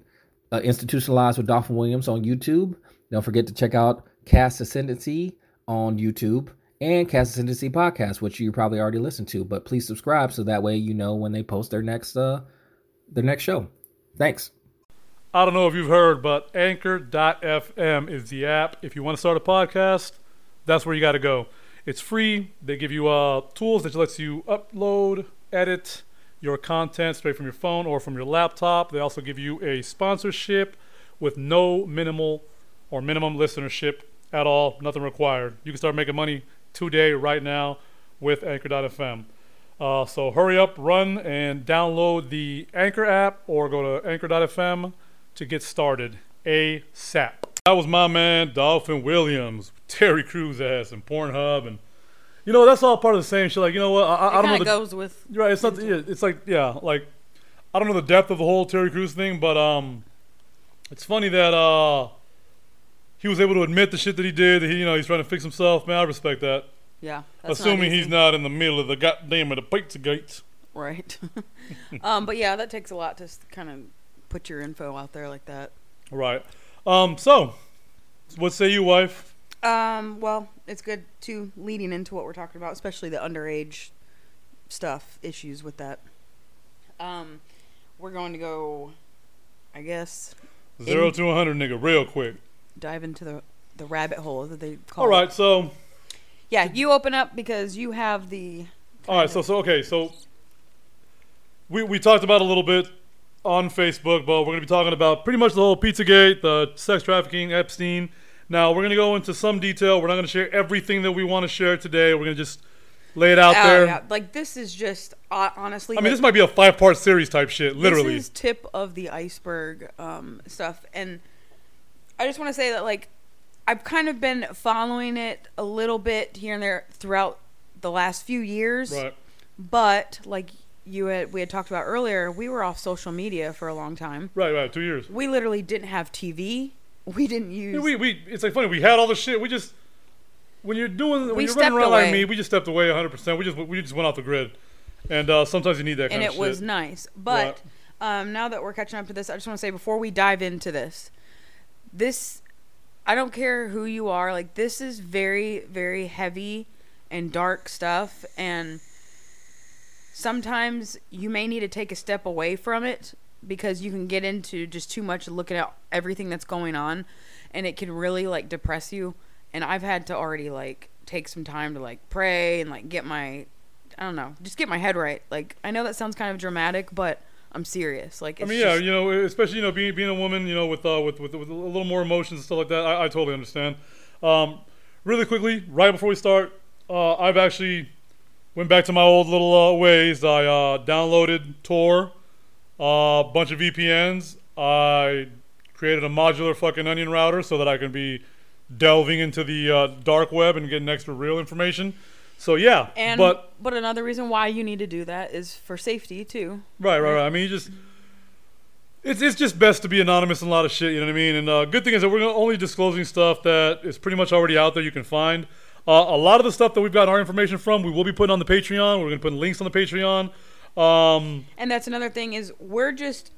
[SPEAKER 6] uh, Institutionalized with Dolphin Williams on YouTube. Don't forget to check out Cast Ascendancy on YouTube and Cast Ascendancy podcast, which you probably already listened to. But please subscribe so that way you know when they post their next uh their next show. Thanks.
[SPEAKER 3] I don't know if you've heard, but Anchor.fm is the app. If you want to start a podcast, that's where you got to go. It's free. They give you uh, tools that lets you upload, edit your content straight from your phone or from your laptop. They also give you a sponsorship with no minimal or minimum listenership at all, nothing required. You can start making money today, right now, with Anchor.fm. Uh, so hurry up, run, and download the Anchor app or go to Anchor.fm to get started ASAP. That was my man, Dolphin Williams, Terry Crews ass, and Pornhub, and you know that's all part of the same shit. Like you know what? I, I- I don't
[SPEAKER 4] It
[SPEAKER 3] know.
[SPEAKER 4] kind
[SPEAKER 3] The,
[SPEAKER 4] of goes with
[SPEAKER 3] you're right. It's not. Yeah, it's like yeah. Like I don't know the depth of the whole Terry Crews thing, but um, it's funny that uh, he was able to admit the shit that he did. That he, you know, he's trying to fix himself. Man, I respect that.
[SPEAKER 4] yeah. That's
[SPEAKER 3] Assuming
[SPEAKER 4] not
[SPEAKER 3] he's
[SPEAKER 4] easy.
[SPEAKER 3] not in the middle of the goddamn of the pizza gates.
[SPEAKER 4] right. um, but yeah, that takes a lot to kind of put your info out there like that.
[SPEAKER 3] Right. Um. So, what say you, wife?
[SPEAKER 4] Um, well, it's good to leading into what we're talking about, especially the underage stuff issues with that. Um, we're going to go, I guess,
[SPEAKER 3] Zero
[SPEAKER 4] In-
[SPEAKER 3] to a hundred, nigga, real quick.
[SPEAKER 4] dive into the the rabbit hole that they call.
[SPEAKER 3] All
[SPEAKER 4] it.
[SPEAKER 3] right. So,
[SPEAKER 4] Yeah, you open up because you have the
[SPEAKER 3] All right, so so okay, so we we talked about a little bit on Facebook, but we're gonna be talking about pretty much the whole PizzaGate, the sex trafficking, Epstein. Now we're gonna go into some detail. We're not gonna share everything that we want to share today. We're gonna just lay it out
[SPEAKER 4] Oh,
[SPEAKER 3] there.
[SPEAKER 4] yeah, like this is just uh, honestly.
[SPEAKER 3] I mean, this might be a five-part series type shit, literally.
[SPEAKER 4] This is tip of the iceberg um, stuff, and I just want to say that like I've kind of been following it a little bit here and there throughout the last few years.
[SPEAKER 3] right.
[SPEAKER 4] But like you had, we had talked about earlier, we were off social media for a long time.
[SPEAKER 3] Right, right. Two years.
[SPEAKER 4] We literally didn't have TV. We didn't use.
[SPEAKER 3] Yeah, we, we it's like funny. We had all the shit. We just when you're doing when
[SPEAKER 4] We
[SPEAKER 3] you're running
[SPEAKER 4] stepped
[SPEAKER 3] around like
[SPEAKER 4] away.
[SPEAKER 3] me, we just stepped away 100. percent We just we just went off the grid, and uh, sometimes you need that kind
[SPEAKER 4] and
[SPEAKER 3] of
[SPEAKER 4] it
[SPEAKER 3] shit.
[SPEAKER 4] was nice. But um, now that we're catching up to this, I just want to say before we dive into this, this I don't care who you are, like this is very, very heavy and dark stuff, and sometimes you may need to take a step away from it because you can get into just too much looking at everything that's going on, and it can really like depress you. And I've had to already like take some time to like pray and like get my I don't know, just get my head right. Like I know that sounds kind of dramatic, but I'm serious. Like
[SPEAKER 3] I
[SPEAKER 4] it's
[SPEAKER 3] mean, yeah,
[SPEAKER 4] just-
[SPEAKER 3] you know, especially you know, being, being a woman, you know, with, uh, with with with a little more emotions and stuff like that, I, I totally understand. Um, really quickly, right before we start, uh, I've actually went back to my old little uh, ways. I uh, downloaded Tor, a uh, bunch of VPNs. I created a modular fucking onion router so that I can be delving into the uh, dark web and getting extra real information. So yeah,
[SPEAKER 4] and
[SPEAKER 3] but
[SPEAKER 4] but, another reason why you need to do that is for safety too.
[SPEAKER 3] Right, right, right. I mean, you just it's it's just best to be anonymous in a lot of shit. You know what I mean? And uh, good thing is that we're gonna- only disclosing stuff that is pretty much already out there. You can find uh, a lot of the stuff that we've got our information from. We will be putting on the Patreon. We're gonna put links on the Patreon. Um,
[SPEAKER 4] And that's another thing is we're just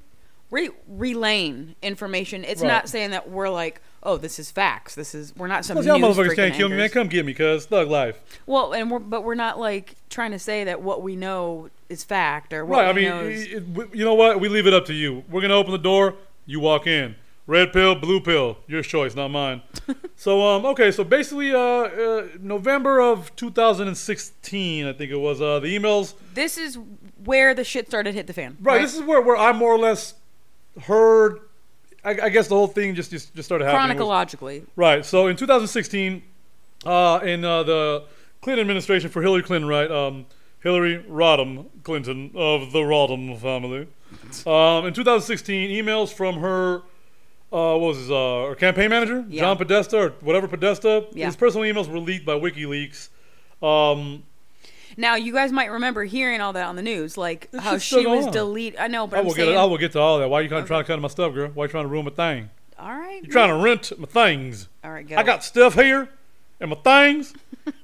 [SPEAKER 4] re- relaying information. It's
[SPEAKER 3] Right.
[SPEAKER 4] not saying that we're like, oh, this is facts. This is we're not some
[SPEAKER 3] plus,
[SPEAKER 4] news
[SPEAKER 3] y'all motherfuckers
[SPEAKER 4] freaking
[SPEAKER 3] can't kill me, man.
[SPEAKER 4] anchors.
[SPEAKER 3] Come get me, cause thug life.
[SPEAKER 4] Well, and we're but we're not like trying to say that what we know is fact or what
[SPEAKER 3] Right. I
[SPEAKER 4] we
[SPEAKER 3] mean,
[SPEAKER 4] know is
[SPEAKER 3] it, it- we- you know what? We leave it up to you. We're gonna open the door. You walk in. Red pill, blue pill. Your choice, not mine. so um, okay. So basically, uh, uh, November of 2016, I think it was. Uh, the emails.
[SPEAKER 4] this is where the shit started to hit the fan.
[SPEAKER 3] Right. This is where, where I more or less heard. I, I guess the whole thing just just, just started happening. was-
[SPEAKER 4] chronologically.
[SPEAKER 3] Right. So in 2016, uh, in uh, the Clinton administration for Hillary Clinton, right? Um, Hillary Rodham Clinton of the Rodham family. Um, in 2016, emails from her, uh, what was his, uh, her campaign manager,
[SPEAKER 4] Yeah.
[SPEAKER 3] John Podesta, or whatever Podesta.
[SPEAKER 4] Yeah.
[SPEAKER 3] His personal emails were leaked by WikiLeaks. Um,
[SPEAKER 4] Now, you guys might remember hearing all that on the news, like how
[SPEAKER 3] shit's still
[SPEAKER 4] she was
[SPEAKER 3] going on.
[SPEAKER 4] delete. I know, but
[SPEAKER 3] I
[SPEAKER 4] I'm
[SPEAKER 3] will
[SPEAKER 4] saying,
[SPEAKER 3] get. I will get to all that. Why you trying to cut my stuff, girl? Why you trying to ruin my thing?
[SPEAKER 4] all right,
[SPEAKER 3] You trying to rent my things?
[SPEAKER 4] all right, go.
[SPEAKER 3] I got stuff here and my things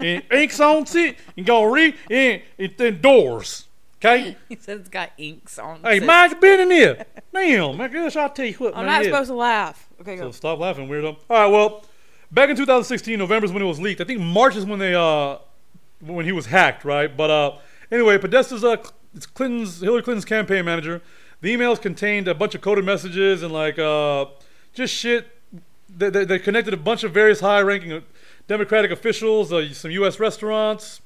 [SPEAKER 3] and inks on it and gonna read and it's indoors. Okay?
[SPEAKER 4] He said it's got inks on.
[SPEAKER 3] Hey,
[SPEAKER 4] it.
[SPEAKER 3] Mike, you been in here. Damn, I guess I'll tell you what.
[SPEAKER 4] I'm
[SPEAKER 3] man,
[SPEAKER 4] not
[SPEAKER 3] yeah.
[SPEAKER 4] supposed to laugh. Okay,
[SPEAKER 3] So
[SPEAKER 4] go.
[SPEAKER 3] stop laughing, weirdo. All right, well, back in 2016, November's when it was leaked. I think March is when they uh when he was hacked, right? But uh anyway, Podesta's uh Cl- it's Clinton's Hillary Clinton's campaign manager. The emails contained a bunch of coded messages and like uh just shit that that that connected a bunch of various high-ranking uh, Democratic officials, uh, some U.S. restaurants,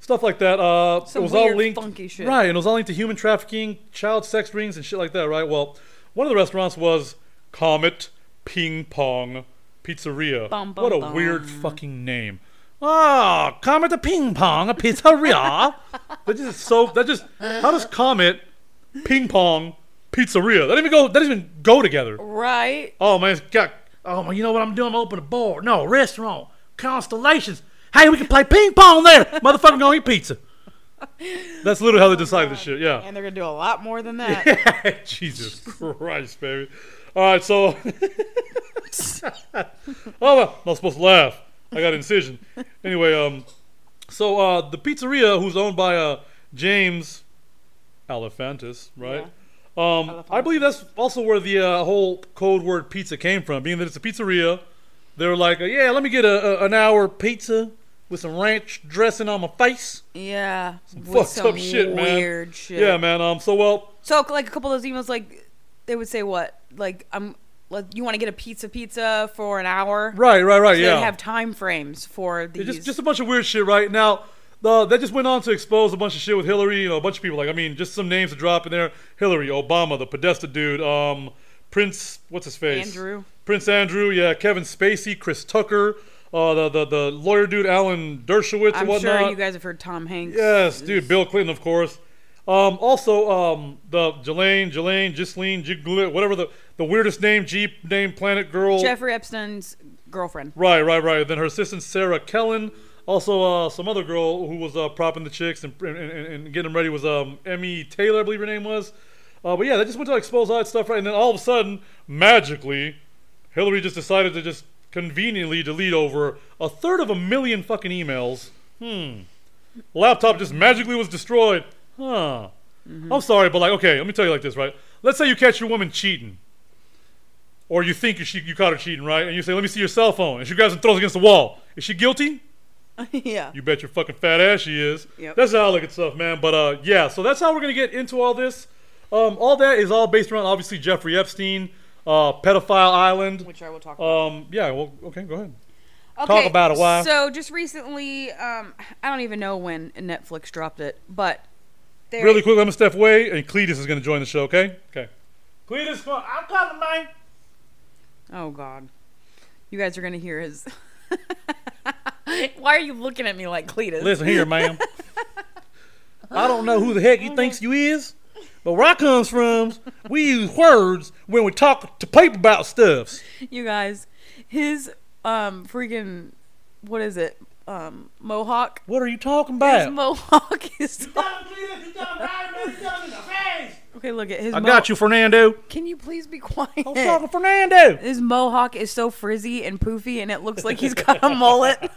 [SPEAKER 3] stuff like that. Uh,
[SPEAKER 4] Some
[SPEAKER 3] it was all
[SPEAKER 4] weird,
[SPEAKER 3] linked,
[SPEAKER 4] funky shit.
[SPEAKER 3] right? And it was all linked to human trafficking, child sex rings, and shit like that, right? Well, one of the restaurants was Comet Ping Pong Pizzeria.
[SPEAKER 4] Bum, bum,
[SPEAKER 3] what a
[SPEAKER 4] bum.
[SPEAKER 3] weird fucking name. Ah, Comet the Ping Pong a Pizzeria. that just is so. That just how does Comet Ping Pong Pizzeria? That even go. That doesn't even go together.
[SPEAKER 4] Right?
[SPEAKER 3] Oh man, it's got. Oh man, you know what I'm doing? I'm open a bar. No restaurant. Constellations. Hey, we can play ping pong there. Motherfucker, gonna eat pizza. That's literally how they decided this shit. Yeah.
[SPEAKER 4] And they're gonna do a lot more than that.
[SPEAKER 3] Jesus Christ, baby. All right, so. oh, well, I'm not supposed to laugh. I got incision. Anyway, um, so uh, the pizzeria, who's owned by uh, James Alephantis, right? Um, I believe that's also where the uh, whole code word pizza came from, being that it's a pizzeria. They're like, uh, yeah, let me get a, a, an hour pizza with some ranch dressing on my face.
[SPEAKER 4] yeah. Some
[SPEAKER 3] fucked up shit, man.
[SPEAKER 4] Weird shit.
[SPEAKER 3] Yeah, man. Um, so well,
[SPEAKER 4] So, like a couple of those emails, like they would say, "What? Like I'm." Like, you want to get a pizza pizza for an hour?
[SPEAKER 3] right, right, right.
[SPEAKER 4] So
[SPEAKER 3] yeah.
[SPEAKER 4] They have time frames for these.
[SPEAKER 3] It's just just a bunch of weird shit right now. The, that just went on to expose a bunch of shit with Hillary, you know, a bunch of people. Like, I mean, just some names to drop in there: Hillary, Obama, the Podesta dude, um, Prince, what's his face?
[SPEAKER 4] Andrew.
[SPEAKER 3] Prince Andrew, yeah, Kevin Spacey, Chris Tucker, uh, the, the the lawyer dude, Alan Dershowitz, and
[SPEAKER 4] I'm
[SPEAKER 3] whatnot.
[SPEAKER 4] sure you guys have heard Tom Hanks.
[SPEAKER 3] Yes, dude, Bill Clinton, of course. Um, also, um, the Jelaine, Jelaine, Ghislaine, Jigli, whatever the the weirdest name, Jeep name, Planet Girl,
[SPEAKER 4] Jeffrey Epstein's girlfriend.
[SPEAKER 3] Right, right, right. Then her assistant Sarah Kellen, Also, uh, some other girl who was uh, propping the chicks and, and, and, and getting them ready was um, Emmy Taylor, I believe her name was. Uh, but yeah, they just went to expose all that stuff, right? And then all of a sudden, magically, Hillary just decided to just conveniently delete over a third of a million fucking emails. Hmm. Laptop just magically was destroyed. Huh. I'm sorry, but like, okay, let me tell you like this, right? Let's say you catch your woman cheating, or you think she, you caught her cheating, right? And you say, "Let me see your cell phone," and she grabs and throws it against the wall. Is she guilty?
[SPEAKER 4] yeah.
[SPEAKER 3] You bet your fucking fat ass she is.
[SPEAKER 4] Yep.
[SPEAKER 3] That's how I look at stuff, man. But uh, yeah, so that's how we're gonna get into all this. Um, all that is all based around obviously Jeffrey Epstein, uh, pedophile island.
[SPEAKER 4] Which I will talk about.
[SPEAKER 3] Um, yeah. Well, okay, go ahead.
[SPEAKER 4] Okay,
[SPEAKER 3] about it, why?
[SPEAKER 4] So just recently, um, I don't even know when Netflix dropped it, but there-
[SPEAKER 3] Really quick, I'm gonna step away, and Cletus is gonna join the show. Okay. Okay. Cletus, come on. I'm coming, man.
[SPEAKER 4] Oh God, you guys are gonna hear his. Why are you looking at me like Cletus?
[SPEAKER 3] Listen here, ma'am. I don't know who the heck
[SPEAKER 4] Oh,
[SPEAKER 3] you thinks you is, but where I comes from, we use words when we talk to people about stuffs.
[SPEAKER 4] You guys, his um freaking what is it? Um, mohawk.
[SPEAKER 3] What are you talking
[SPEAKER 4] His
[SPEAKER 3] about?
[SPEAKER 4] mohawk is okay. Look at his.
[SPEAKER 3] I got you, Fernando.
[SPEAKER 4] Can you please be quiet?
[SPEAKER 3] I'm talking to Fernando.
[SPEAKER 4] His mohawk is so frizzy and poofy, and it looks like he's got a mullet.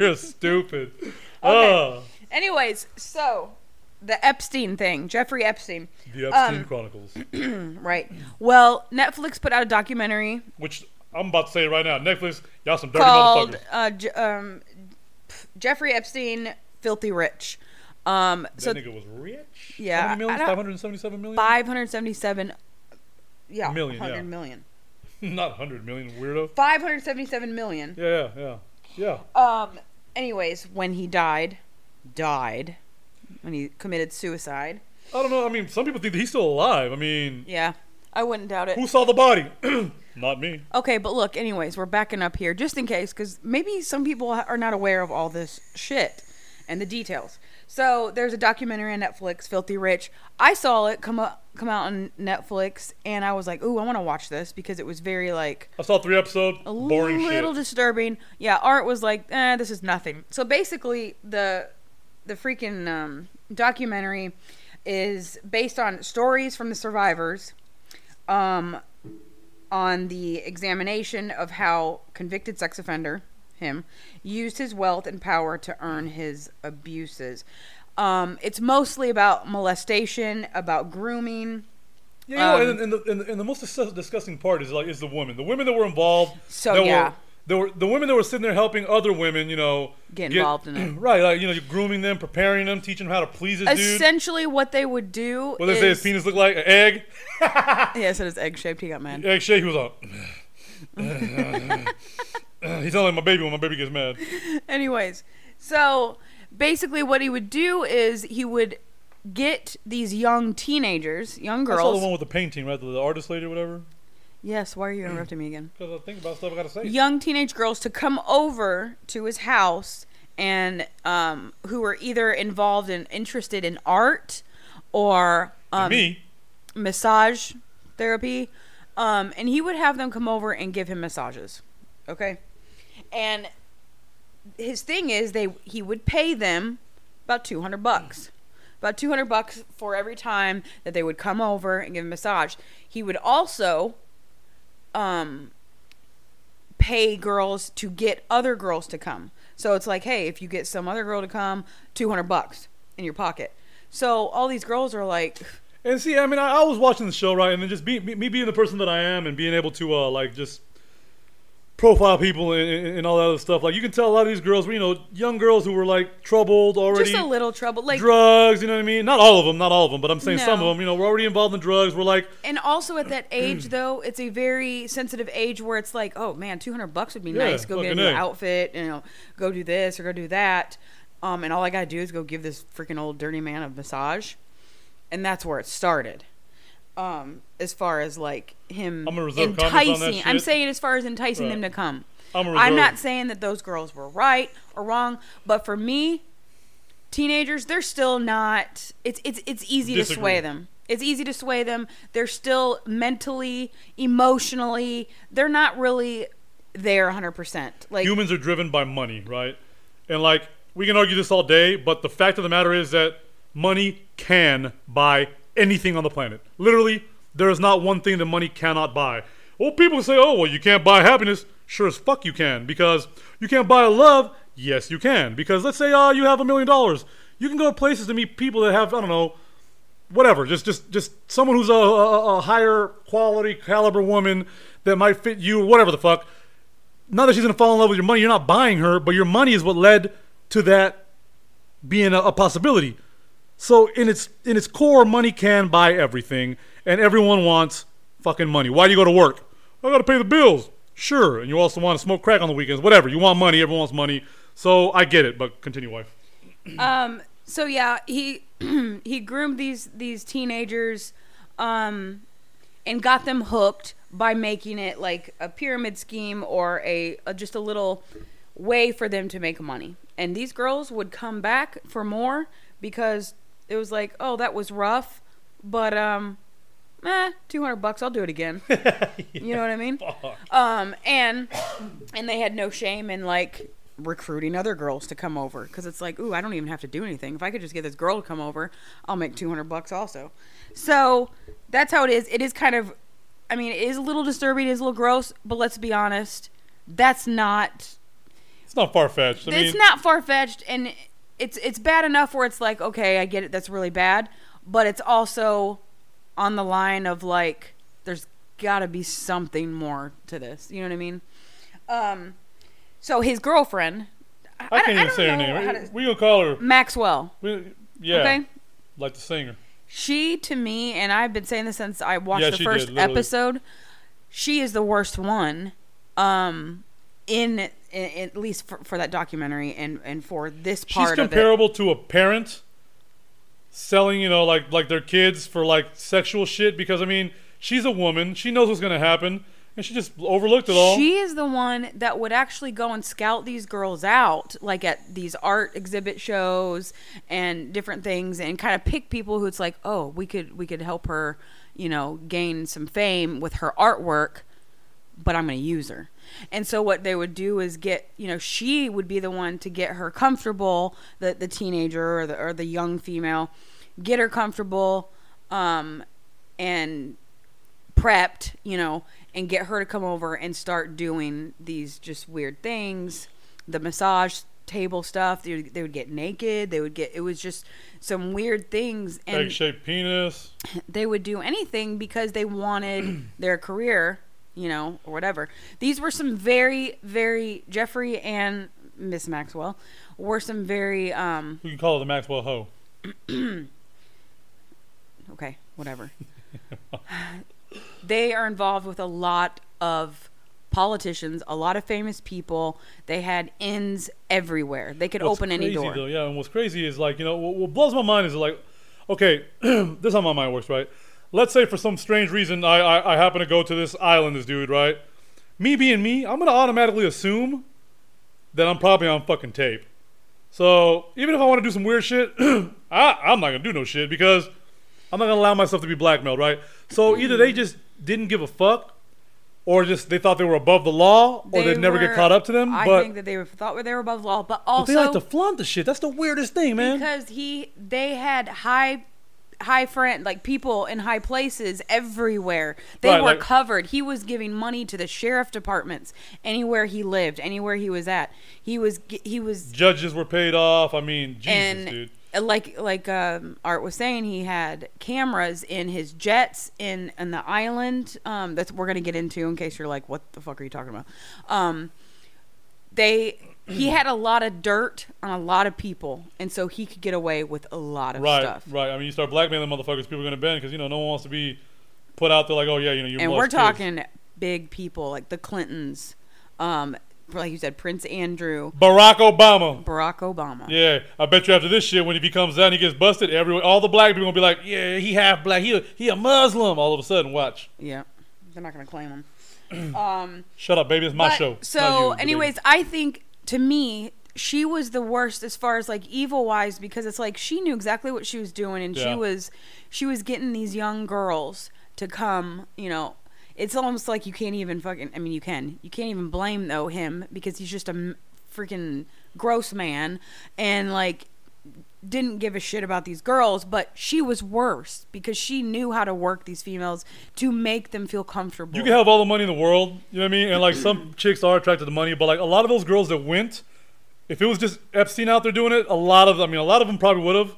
[SPEAKER 3] You're stupid. Oh,
[SPEAKER 4] Anyways, so the Epstein thing, Jeffrey Epstein,
[SPEAKER 3] the Epstein
[SPEAKER 4] Um,
[SPEAKER 3] Chronicles. Mm-hmm.
[SPEAKER 4] right? Well, Netflix put out a documentary
[SPEAKER 3] Which I'm about to say it right now. Netflix, y'all some dirty
[SPEAKER 4] called
[SPEAKER 3] motherfuckers.
[SPEAKER 4] uh, J- um, pff, Jeffrey Epstein, Filthy Rich. Um, so
[SPEAKER 3] that nigga was rich.
[SPEAKER 4] Yeah,
[SPEAKER 3] How many
[SPEAKER 4] I
[SPEAKER 3] millions?
[SPEAKER 4] don't-
[SPEAKER 3] 577 million?
[SPEAKER 4] 577 yeah,
[SPEAKER 3] Million, yeah.
[SPEAKER 4] 100 million.
[SPEAKER 3] Not 100 million, weirdo.
[SPEAKER 4] 577 million.
[SPEAKER 3] Yeah, yeah, yeah. Yeah.
[SPEAKER 4] Um anyways, when he died, died when he committed suicide.
[SPEAKER 3] I don't know. I mean, some people think that he's still alive. I mean,
[SPEAKER 4] Yeah. I wouldn't doubt it.
[SPEAKER 3] who saw the body? Not me.
[SPEAKER 4] Okay, but look, anyways, we're backing up here just in case because maybe some people ha- are not aware of all this shit and the details. So there's a documentary on Netflix, Filthy Rich. I saw it come up, come out on Netflix, and I was like, "Ooh, I want to watch this" because it was very like
[SPEAKER 3] I saw three episodes.
[SPEAKER 4] a
[SPEAKER 3] boring shit.
[SPEAKER 4] little disturbing. Yeah, Art was like, eh, this is nothing. So basically, the the freaking um, documentary is based on stories from the survivors, um, on the examination of how convicted sex offender him used his wealth and power to earn his abuses. Um, it's mostly about molestation, about grooming.
[SPEAKER 3] Yeah, you know,
[SPEAKER 4] um,
[SPEAKER 3] and, and, the, and, the, and the most dis- disgusting part is like is the women, the women that were involved.
[SPEAKER 4] So,
[SPEAKER 3] that
[SPEAKER 4] yeah.
[SPEAKER 3] were, they were the women that were sitting there helping other women, you know,
[SPEAKER 4] Get involved in it.
[SPEAKER 3] Right, like you know, you're grooming them, preparing them, teaching them how to please this dude.
[SPEAKER 4] Essentially, what they would do.
[SPEAKER 3] What they say his
[SPEAKER 4] is-
[SPEAKER 3] penis looked like an egg.
[SPEAKER 4] Yeah, so it's egg shaped. He got mad.
[SPEAKER 3] Egg shake. He was like, he sounded like my baby when my baby gets mad.
[SPEAKER 4] Anyways, so basically, what he would do is he would get these young teenagers, young
[SPEAKER 3] I saw
[SPEAKER 4] girls.
[SPEAKER 3] the one with the painting, right? The, the artist lady, or whatever.
[SPEAKER 4] yes, why are you interrupting me again?
[SPEAKER 3] Because I think about stuff I gotta say.
[SPEAKER 4] Young teenage girls to come over to his house and um, who were either involved and interested in art or um,
[SPEAKER 3] Me.
[SPEAKER 4] massage therapy. Um, and he would have them come over and give him massages. Okay. And his thing is they he would pay them about 200 bucks. About 200 bucks for every time that they would come over and give him a massage. He would also um pay girls to get other girls to come. So it's like, hey, if you get some other girl to come, 200 bucks in your pocket. So all these girls are like,
[SPEAKER 3] And see, I mean, I, I was watching the show, right? And then just be, me, me being the person that I am and being able to, uh, like, just profile people and, and, and all that other stuff. Like, you can tell a lot of these girls, were, you know, young girls who were, like, troubled already.
[SPEAKER 4] just a little trouble. Like
[SPEAKER 3] Drugs, you know what I mean? Not all of them, not all of them, but I'm saying some
[SPEAKER 4] No.
[SPEAKER 3] of them, you know, we're already involved in drugs. We're like,
[SPEAKER 4] And also at that age, though, it's a very sensitive age where it's like, oh man, two hundred bucks would be
[SPEAKER 3] Yeah,
[SPEAKER 4] nice. Go get a
[SPEAKER 3] fucking
[SPEAKER 4] new
[SPEAKER 3] A.
[SPEAKER 4] outfit, you know, go do this or go do that. Um, and all I gotta do is go give this freaking old dirty man a massage, and that's where it started. Um, as far as like him
[SPEAKER 3] I'm gonna reserve comments on that
[SPEAKER 4] enticing, I'm
[SPEAKER 3] shit.
[SPEAKER 4] saying as far as enticing them to
[SPEAKER 3] Right.
[SPEAKER 4] come.
[SPEAKER 3] I'm gonna
[SPEAKER 4] I'm
[SPEAKER 3] reserve.
[SPEAKER 4] not saying that those girls were right or wrong, but for me, teenagers they're still not it's it's it's easy to
[SPEAKER 3] Disagree.
[SPEAKER 4] sway them it's easy to sway them they're still mentally emotionally they're not really there 100%. Like
[SPEAKER 3] humans are driven by money, right? And like we can argue this all day, but the fact of the matter is that money can buy anything on the planet. Literally, there is not one thing that money cannot buy. Well, people say, "Oh, well, you can't buy happiness." Sure as fuck you can, because you can't buy love. Yes, you can, because let's say uh, you have a million dollars, you can go to places to meet people that have I don't know whatever, just just just someone who's a, a, a higher quality caliber woman that might fit you, whatever the fuck. Not that she's gonna fall in love with your money. You're not buying her, but your money is what led to that being a, a possibility. So in its in its core, money can buy everything, and everyone wants fucking money. Why do you go to work? I gotta pay the bills. Sure, and you also want to smoke crack on the weekends. Whatever you want, money. Everyone wants money. So I get it, but continue, wife.
[SPEAKER 4] so yeah he he groomed these these teenagers um and got them hooked by making it like a pyramid scheme or a, a just a little way for them to make money and these girls would come back for more because it was like oh that was rough but um eh, 200 bucks i'll do it again you know what i mean um and and they had no shame in like recruiting other girls to come over because it's like, ooh, I don't even have to do anything. If I could just get this girl to come over, I'll make two hundred bucks also. So that's how it is. It is kind of, I mean, it is a little disturbing, it is a little gross, but let's be honest, that's not.
[SPEAKER 3] It's not far fetched. I
[SPEAKER 4] it's
[SPEAKER 3] mean,
[SPEAKER 4] not far fetched, and it's it's bad enough where it's like, okay, I get it, that's really bad, but it's also on the line of like, there's got to be something more to this. You know what I mean? Um, so his girlfriend, I,
[SPEAKER 3] I
[SPEAKER 4] I
[SPEAKER 3] can't
[SPEAKER 4] don't- I
[SPEAKER 3] even say her
[SPEAKER 4] don't know how
[SPEAKER 3] name.
[SPEAKER 4] to-
[SPEAKER 3] We gonna call her.
[SPEAKER 4] Maxwell.
[SPEAKER 3] we- yeah,
[SPEAKER 4] Okay.
[SPEAKER 3] like the singer.
[SPEAKER 4] She to me, and I've been saying this since I watched
[SPEAKER 3] Yeah,
[SPEAKER 4] the
[SPEAKER 3] she
[SPEAKER 4] first
[SPEAKER 3] did, literally.
[SPEAKER 4] episode. She is the worst one, um, in, in at least for, for that documentary and and for this part
[SPEAKER 3] She's
[SPEAKER 4] of it.
[SPEAKER 3] comparable to a parent selling, you know, like like their kids for like sexual shit because I mean, she's a woman, she knows what's gonna happen, and she just overlooked it all.
[SPEAKER 4] She is the one that would actually go and scout these girls out, like at these art exhibit shows and different things, and kind of pick people who it's like, oh, we could we could help her, you know, gain some fame with her artwork. but I'm going to use her. And so what they would do is get, you know, she would be the one to get her comfortable, the the teenager or the or the young female, get her comfortable um and prepped, you know, and get her to come over and start doing these just weird things, the massage table stuff. They would, they would get naked, they would get it was just some weird things and
[SPEAKER 3] Egg-shaped penis.
[SPEAKER 4] they would do anything because they wanted their career, you know, or whatever. These were some very, very Jeffrey and Miss Maxwell were some very um
[SPEAKER 3] We can call her the Maxwell Ho.
[SPEAKER 4] okay, whatever. they are involved with a lot of politicians, a lot of famous people. They had ends everywhere. They could
[SPEAKER 3] What's
[SPEAKER 4] open any
[SPEAKER 3] crazy,
[SPEAKER 4] door.
[SPEAKER 3] Though, yeah, and what's crazy is like you know what, what blows my mind is like, okay, this is how my mind works, right? Let's say for some strange reason I, I I happen to go to this island, this dude, right? Me being me, I'm gonna automatically assume that I'm probably on fucking tape. So even if I want to do some weird shit, I I'm not gonna do no shit because I'm not gonna allow myself to be blackmailed, right? So either they just didn't give a fuck. Or just they thought they were above the law, or
[SPEAKER 4] They
[SPEAKER 3] they'd never
[SPEAKER 4] were-
[SPEAKER 3] get caught up to them.
[SPEAKER 4] I
[SPEAKER 3] but
[SPEAKER 4] think that they were, thought they were above law, but also
[SPEAKER 3] they like to flaunt the shit. That's the weirdest thing, man.
[SPEAKER 4] because he they had high high friend like people in high places everywhere they
[SPEAKER 3] Right,
[SPEAKER 4] were
[SPEAKER 3] like-
[SPEAKER 4] covered he was giving money to the sheriff departments anywhere he lived anywhere he was at he was g- he was
[SPEAKER 3] Judges were paid off. I mean, Jesus,
[SPEAKER 4] and uh,
[SPEAKER 3] dude.
[SPEAKER 4] like like um, art was saying he had cameras in his jets in in the island um that's we're gonna get into in case you're like what the fuck are you talking about um they he had a lot of dirt on a lot of people and so he could get away with a lot of
[SPEAKER 3] Right,
[SPEAKER 4] stuff
[SPEAKER 3] right. I mean, you start blackmailing motherfuckers, people are gonna bend because you know no one wants to be put out there like, oh yeah, you know, you.
[SPEAKER 4] and
[SPEAKER 3] lost
[SPEAKER 4] we're
[SPEAKER 3] kids.
[SPEAKER 4] talking big people like the Clintons, um, like you said, Prince Andrew,
[SPEAKER 3] Barack Obama.
[SPEAKER 4] Barack Obama.
[SPEAKER 3] Yeah, I bet you after this shit, when he becomes out and he gets busted, everyone, all the black people gonna be like, yeah, he half black, he a, he a Muslim. All of a sudden, watch.
[SPEAKER 4] Yeah. they're not gonna claim him. Um,
[SPEAKER 3] Shut up, baby. It's my
[SPEAKER 4] But-
[SPEAKER 3] show. not
[SPEAKER 4] So,
[SPEAKER 3] you, baby.
[SPEAKER 4] anyways, I think to me, she was the worst as far as like evil wise because it's like she knew exactly what she was doing and she
[SPEAKER 3] Yeah.
[SPEAKER 4] was she was getting these young girls to come, you know, it's almost like you can't even fucking. I mean, you can. You can't even blame though him because he's just a m- freaking gross man and like didn't give a shit about these girls, but she was worse because she knew how to work these females to make them feel comfortable.
[SPEAKER 3] You can have all the money in the world, you know what I mean? And like some chicks are attracted to money, but like a lot of those girls that went, if it was just Epstein out there doing it, a lot of I mean a lot of them probably would have,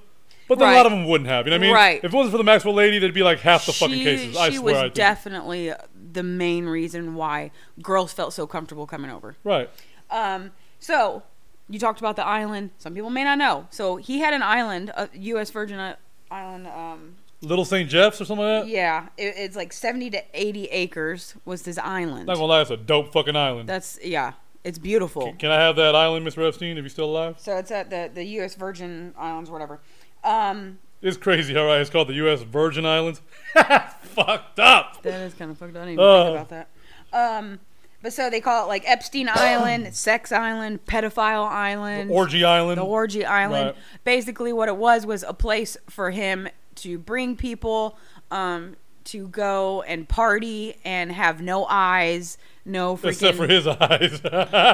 [SPEAKER 3] but then a lot
[SPEAKER 4] Right.
[SPEAKER 3] of them wouldn't have. You know what I mean?
[SPEAKER 4] Right.
[SPEAKER 3] If it wasn't for the Maxwell lady, there'd be like half the fucking cases. I
[SPEAKER 4] she
[SPEAKER 3] swear.
[SPEAKER 4] was
[SPEAKER 3] I think.
[SPEAKER 4] definitely the main reason why girls felt so comfortable coming over.
[SPEAKER 3] right.
[SPEAKER 4] Um, so you talked about the island. Some people may not know. So he had an island, a U.S. Virgin I- Island. Um,
[SPEAKER 3] Little St. Jeff's or something like that.
[SPEAKER 4] yeah, it, it's like seventy to eighty acres was his island.
[SPEAKER 3] Not gonna lie, it's a dope fucking island.
[SPEAKER 4] That's yeah, it's beautiful.
[SPEAKER 3] Can I have that island, Mr. Epstein, if you're still alive?
[SPEAKER 4] So it's at the the U.S. Virgin Islands, whatever. Um,
[SPEAKER 3] It's crazy, all right. It's called the U.S. Virgin Islands. Fucked up.
[SPEAKER 4] That is kind of fucked. up. I didn't even think about that. Um, but so they call it like Epstein Island, Sex Island, Pedophile Island,
[SPEAKER 3] Orgy Island.
[SPEAKER 4] the Orgy Island.
[SPEAKER 3] Right.
[SPEAKER 4] Basically, what it was was a place for him to bring people um, to go and party and have no eyes, no freaking
[SPEAKER 3] Except for his eyes.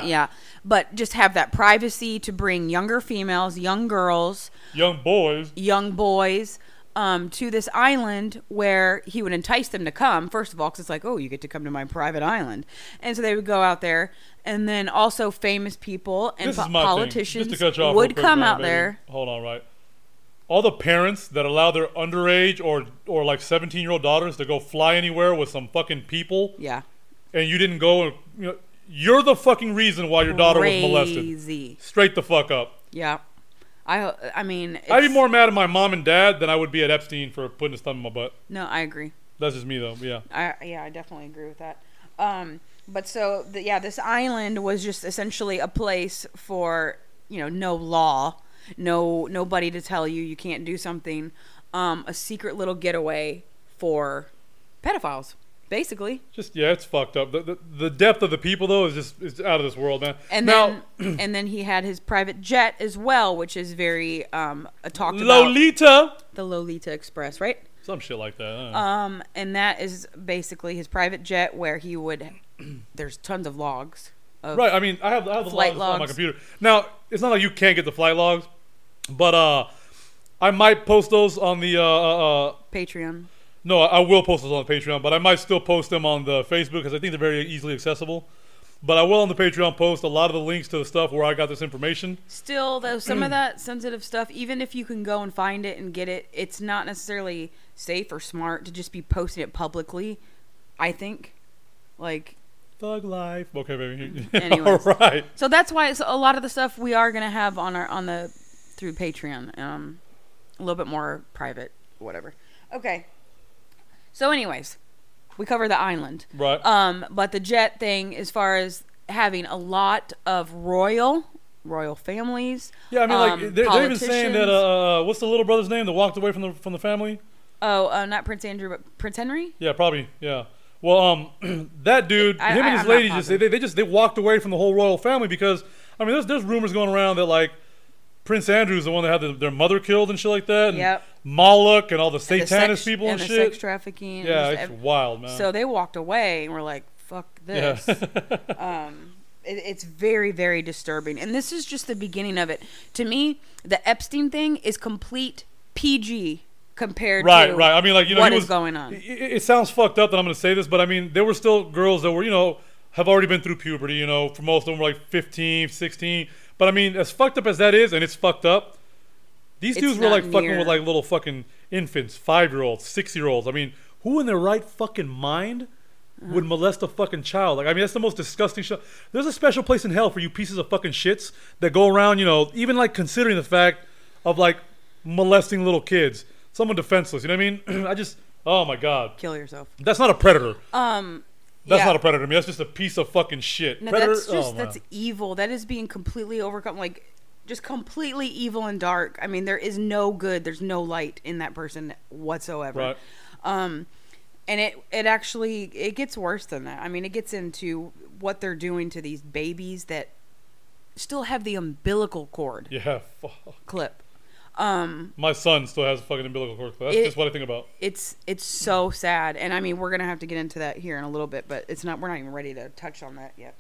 [SPEAKER 4] yeah, but just have that privacy to bring younger females, young girls
[SPEAKER 3] Young boys.
[SPEAKER 4] young boys um, to this island where he would entice them to come, first of all, because it's like, oh, you get to come to my private island. And so they would go out there. And then also famous people and
[SPEAKER 3] This
[SPEAKER 4] po-
[SPEAKER 3] is my
[SPEAKER 4] politicians
[SPEAKER 3] thing. Just to cut you off
[SPEAKER 4] would
[SPEAKER 3] real quick,
[SPEAKER 4] come
[SPEAKER 3] man,
[SPEAKER 4] out
[SPEAKER 3] baby.
[SPEAKER 4] there.
[SPEAKER 3] Hold on, right. All the parents that allow their underage or or like 17 year old daughters to go fly anywhere with some fucking people,
[SPEAKER 4] Yeah.
[SPEAKER 3] and you didn't go, and you know, you're the fucking reason why your daughter was molested.
[SPEAKER 4] Crazy.
[SPEAKER 3] Straight the fuck up.
[SPEAKER 4] Yeah. I, I mean,
[SPEAKER 3] I'd be
[SPEAKER 4] it's-
[SPEAKER 3] more mad at my mom and dad than I would be at Epstein for putting his thumb in my butt.
[SPEAKER 4] No, I agree.
[SPEAKER 3] That's just me though. but Yeah.
[SPEAKER 4] I yeah, I definitely agree with that. Um, but so the, yeah, this island was just essentially a place for you know no law, no nobody to tell you you can't do something, um, a secret little getaway for pedophiles, basically.
[SPEAKER 3] Just yeah, it's fucked up. The, the, the depth of the people though is just is out of this world, man.
[SPEAKER 4] And
[SPEAKER 3] now,
[SPEAKER 4] then and then he had his private jet as well, which is very um talked about
[SPEAKER 3] Lolita,
[SPEAKER 4] the Lolita Express, right?
[SPEAKER 3] some shit like that. I don't know.
[SPEAKER 4] Um, and that is basically his private jet where he would. There's tons of logs. Of,
[SPEAKER 3] Right. I mean, I have, I have the
[SPEAKER 4] Flight
[SPEAKER 3] logs, on my
[SPEAKER 4] logs.
[SPEAKER 3] computer. Now, it's not like you can't get the flight logs, but uh, I might post those on the. Uh, uh, uh,
[SPEAKER 4] Patreon.
[SPEAKER 3] no, I will post those on the Patreon, but I might still post them on the Facebook because I think they're very easily accessible. But I will on the Patreon post a lot of the links to the stuff where I got this information.
[SPEAKER 4] Still, though, some of that sensitive stuff, even if you can go and find it and get it, it's not necessarily safe or smart to just be posting it publicly. I think, like,
[SPEAKER 3] Thug life. Okay, baby. All
[SPEAKER 4] Anyways.
[SPEAKER 3] right.
[SPEAKER 4] so that's why it's a lot of the stuff we are gonna have on our on the through Patreon, um, a little bit more private, whatever. Okay. So, anyways, we cover the island,
[SPEAKER 3] Right.
[SPEAKER 4] Um, but the jet thing, as far as having a lot of royal royal families,
[SPEAKER 3] Yeah, I mean, like
[SPEAKER 4] um,
[SPEAKER 3] they're, they're even saying that.
[SPEAKER 4] politicians.
[SPEAKER 3] Uh, uh, what's the little brother's name that walked away from the from the family?
[SPEAKER 4] Oh, uh, not Prince Andrew, but Prince Henry.
[SPEAKER 3] Yeah, probably. Yeah. Well, um, that dude,
[SPEAKER 4] I-
[SPEAKER 3] him
[SPEAKER 4] I-
[SPEAKER 3] and his
[SPEAKER 4] I'm not
[SPEAKER 3] lady, just they,
[SPEAKER 4] positive.
[SPEAKER 3] they just they walked away from the whole royal family because I mean, there's there's rumors going around that like Prince Andrew's the one that had the, their mother killed and shit like that, and
[SPEAKER 4] Yep.
[SPEAKER 3] Moloch and all the
[SPEAKER 4] The
[SPEAKER 3] satanist
[SPEAKER 4] sex-
[SPEAKER 3] people and,
[SPEAKER 4] the
[SPEAKER 3] shit.
[SPEAKER 4] sex trafficking. and
[SPEAKER 3] yeah,
[SPEAKER 4] just
[SPEAKER 3] it's
[SPEAKER 4] ev-
[SPEAKER 3] wild, man.
[SPEAKER 4] So they walked away and were like, "Fuck
[SPEAKER 3] yeah.
[SPEAKER 4] this." Um, it, it's very, very disturbing, and this is just the beginning of it. To me, the Epstein thing is complete PG compared
[SPEAKER 3] right,
[SPEAKER 4] to
[SPEAKER 3] right. I mean, like you know,
[SPEAKER 4] what
[SPEAKER 3] he
[SPEAKER 4] is
[SPEAKER 3] was-
[SPEAKER 4] going on.
[SPEAKER 3] It, it it sounds fucked up that I'm going to say this, but I mean, there were still girls that were, you know, have already been through puberty. You know, for most of them were like 15, 16. But I mean, as fucked up as that is, and it's fucked up. These
[SPEAKER 4] It's
[SPEAKER 3] dudes were
[SPEAKER 4] not
[SPEAKER 3] like fucking
[SPEAKER 4] near.
[SPEAKER 3] with like little fucking infants, five year olds, six year olds. I mean, who in their right fucking mind
[SPEAKER 4] Uh-huh.
[SPEAKER 3] would molest a fucking child? Like, I mean, that's the most disgusting shit. There's a special place in hell for you pieces of fucking shits that go around, you know, even like considering the fact of like molesting little kids, someone defenseless. You know what I mean? I just, oh my god,
[SPEAKER 4] Kill yourself.
[SPEAKER 3] that's not a predator.
[SPEAKER 4] Um,
[SPEAKER 3] That's
[SPEAKER 4] yeah.
[SPEAKER 3] not a predator to me. That's just a piece of fucking shit.
[SPEAKER 4] No,
[SPEAKER 3] predator.
[SPEAKER 4] that's just
[SPEAKER 3] oh,
[SPEAKER 4] that's
[SPEAKER 3] man.
[SPEAKER 4] evil. That is being completely overcome, like just completely evil and dark. I mean, there is no good. There's no light in that person whatsoever.
[SPEAKER 3] Right.
[SPEAKER 4] Um, and it it actually it gets worse than that. I mean, it gets into what they're doing to these babies that still have the umbilical cord
[SPEAKER 3] yeah. Fuck.
[SPEAKER 4] clip.
[SPEAKER 3] My son still has a fucking umbilical cord clip. That's
[SPEAKER 4] It-
[SPEAKER 3] just what I think about.
[SPEAKER 4] It's it's so sad, and I mean we're gonna have to get into that here in a little bit, but it's not. We're not even ready to touch on that yet.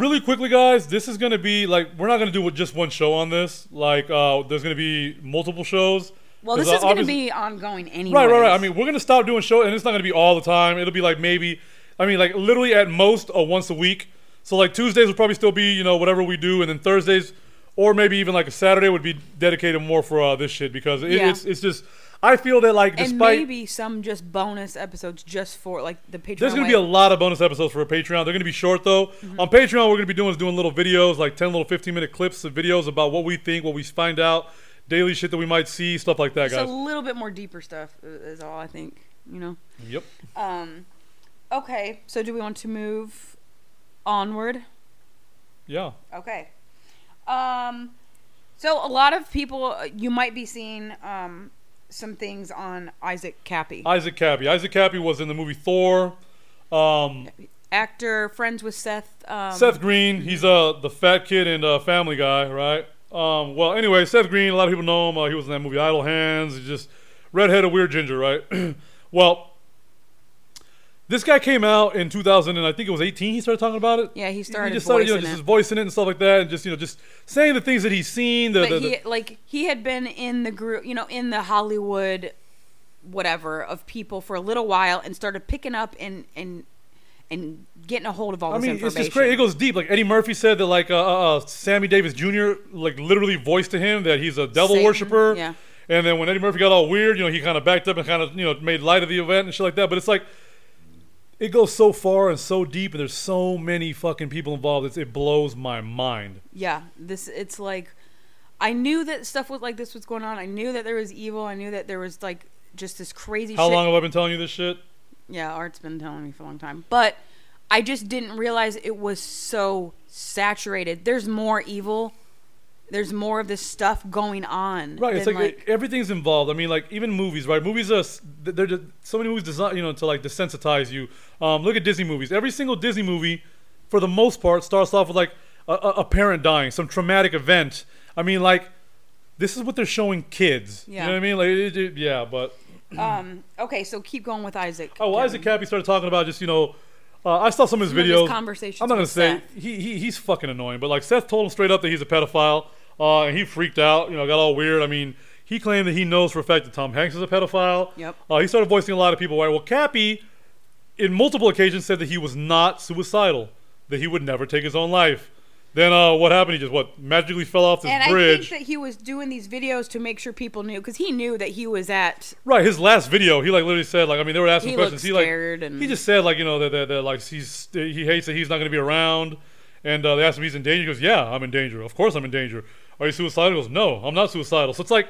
[SPEAKER 3] really quickly, guys, this is gonna be like we're not gonna do with just one show on this. Like, uh, there's gonna be multiple shows.
[SPEAKER 4] Well, this
[SPEAKER 3] 'Cause, uh,
[SPEAKER 4] is gonna
[SPEAKER 3] obviously-
[SPEAKER 4] be ongoing anyway.
[SPEAKER 3] Right, right, right. I mean, we're gonna stop doing show, and it's not gonna be all the time. It'll be like maybe, I mean, like literally at most a once a week. So like Tuesdays will probably still be you know whatever we do, and then Thursdays, or maybe even like a Saturday would be dedicated more for uh, this shit because it,
[SPEAKER 4] Yeah.
[SPEAKER 3] it's it's just I feel that like
[SPEAKER 4] and
[SPEAKER 3] despite
[SPEAKER 4] maybe some just bonus episodes just for like the Patreon.
[SPEAKER 3] there's gonna
[SPEAKER 4] way.
[SPEAKER 3] be a lot of bonus episodes for Patreon. They're gonna be short though. On Patreon, we're gonna be doing is doing little videos, like ten little fifteen minute clips of videos about what we think, what we find out, daily shit that we might see, stuff like that,
[SPEAKER 4] just a
[SPEAKER 3] guys.
[SPEAKER 4] little bit more deeper stuff i- is all I think. You know. Um,
[SPEAKER 3] yep.
[SPEAKER 4] Okay, so do we want to move onward?
[SPEAKER 3] Yeah.
[SPEAKER 4] Okay. Um, so a lot of people uh, you might be seeing um some things on Isaac Cappy,
[SPEAKER 3] Isaac Cappy. Isaac Cappy was in the movie Thor. Um,
[SPEAKER 4] actor, friends with Seth. Um,
[SPEAKER 3] Seth Green, he's uh the fat kid and uh, Family Guy, right? Um, well, anyway, Seth Green, a lot of people know him. Uh, he was in that movie Idle Hands. He's just redheaded weird ginger, right? well, this guy came out in 2000, and I think it was 18. He started talking about it.
[SPEAKER 4] Yeah, he
[SPEAKER 3] He
[SPEAKER 4] started
[SPEAKER 3] just started, you know,
[SPEAKER 4] voicing
[SPEAKER 3] just,
[SPEAKER 4] it.
[SPEAKER 3] just voicing it and stuff like that, and just you know, just saying the things that he's seen. The,
[SPEAKER 4] but
[SPEAKER 3] the, the-
[SPEAKER 4] he like he had been in the group, you know, in the Hollywood, whatever of people for a little while, and started picking up and and and getting a hold of all
[SPEAKER 3] I
[SPEAKER 4] this
[SPEAKER 3] mean, it's
[SPEAKER 4] information.
[SPEAKER 3] just crazy. It goes deep. Like Eddie Murphy said that, like uh, uh, uh, Sammy Davis Jr. like literally voiced to him that he's a devil
[SPEAKER 4] Satan,
[SPEAKER 3] worshiper.
[SPEAKER 4] yeah.
[SPEAKER 3] And then when Eddie Murphy got all weird, you know, he kind of backed up and kind of you know made light of the event and shit like that. But it's like it goes so far and so deep, and there's so many fucking people involved. It's, it blows my mind.
[SPEAKER 4] Yeah, this it's like I knew that stuff was like this was going on. I knew that there was evil. I knew that there was like just this crazy.
[SPEAKER 3] How
[SPEAKER 4] shit.
[SPEAKER 3] long have I been telling you this shit?
[SPEAKER 4] Yeah, Art's been telling me for a long time, but I just didn't realize it was so saturated. There's more evil. There's more of this stuff going on.
[SPEAKER 3] Right, it's
[SPEAKER 4] than,
[SPEAKER 3] like, everything's involved. I mean, like even movies, right? Movies are s- they're just, so many movies designed, you know, to like desensitize you. Um, look at Disney movies. Every single Disney movie, for the most part, starts off with like a, a a parent dying, some traumatic event. I mean, like this is what they're showing kids.
[SPEAKER 4] Yeah.
[SPEAKER 3] You know what I mean? Like, it, it- yeah, but
[SPEAKER 4] Um, okay, so keep going with Isaac.
[SPEAKER 3] Oh, well,
[SPEAKER 4] Kevin.
[SPEAKER 3] Isaac Cappy started talking about just you know, uh, I saw some of his
[SPEAKER 4] Some of his
[SPEAKER 3] videos.
[SPEAKER 4] conversations
[SPEAKER 3] I'm not gonna
[SPEAKER 4] with
[SPEAKER 3] say
[SPEAKER 4] Seth.
[SPEAKER 3] he, he he's fucking annoying, but like Seth told him straight up that he's a pedophile, uh, and he freaked out. You know, got all weird. I mean, he claimed that he knows for a fact that Tom Hanks is a pedophile.
[SPEAKER 4] Yep.
[SPEAKER 3] Uh, he started voicing a lot of people. Right. Well, Cappy, in multiple occasions, said that he was not suicidal, that he would never take his own life. Then uh, what happened? He just what magically fell off this
[SPEAKER 4] And
[SPEAKER 3] bridge.
[SPEAKER 4] I think that he was doing these videos to make sure people knew because he knew that he was at.
[SPEAKER 3] Right, his last video, he like literally said like I mean they were asking
[SPEAKER 4] He
[SPEAKER 3] questions.
[SPEAKER 4] looked
[SPEAKER 3] he like
[SPEAKER 4] scared and-
[SPEAKER 3] he just said like you know that, that, that like he's he hates that he's not going to be around, and uh, they asked him if he's in danger. He goes, yeah, I'm in danger. Of course I'm in danger. Are you suicidal? He goes, no, I'm not suicidal. So it's like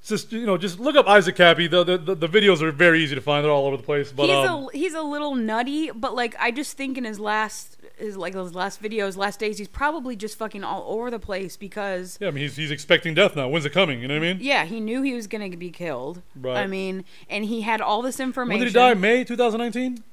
[SPEAKER 3] it's just you know just look up Isaac Cappy. The the, the, the videos are very easy to find. They're all over the place. But
[SPEAKER 4] he's
[SPEAKER 3] um,
[SPEAKER 4] a he's a little nutty, but like I just think in his last his like his last videos, last days, he's probably just fucking all over the place because
[SPEAKER 3] yeah, I mean he's he's expecting death now. When's it coming? You know what I mean?
[SPEAKER 4] yeah, he knew he was gonna be killed.
[SPEAKER 3] Right.
[SPEAKER 4] I mean, and he had all this
[SPEAKER 3] When
[SPEAKER 4] information.
[SPEAKER 3] did he die? May 2019.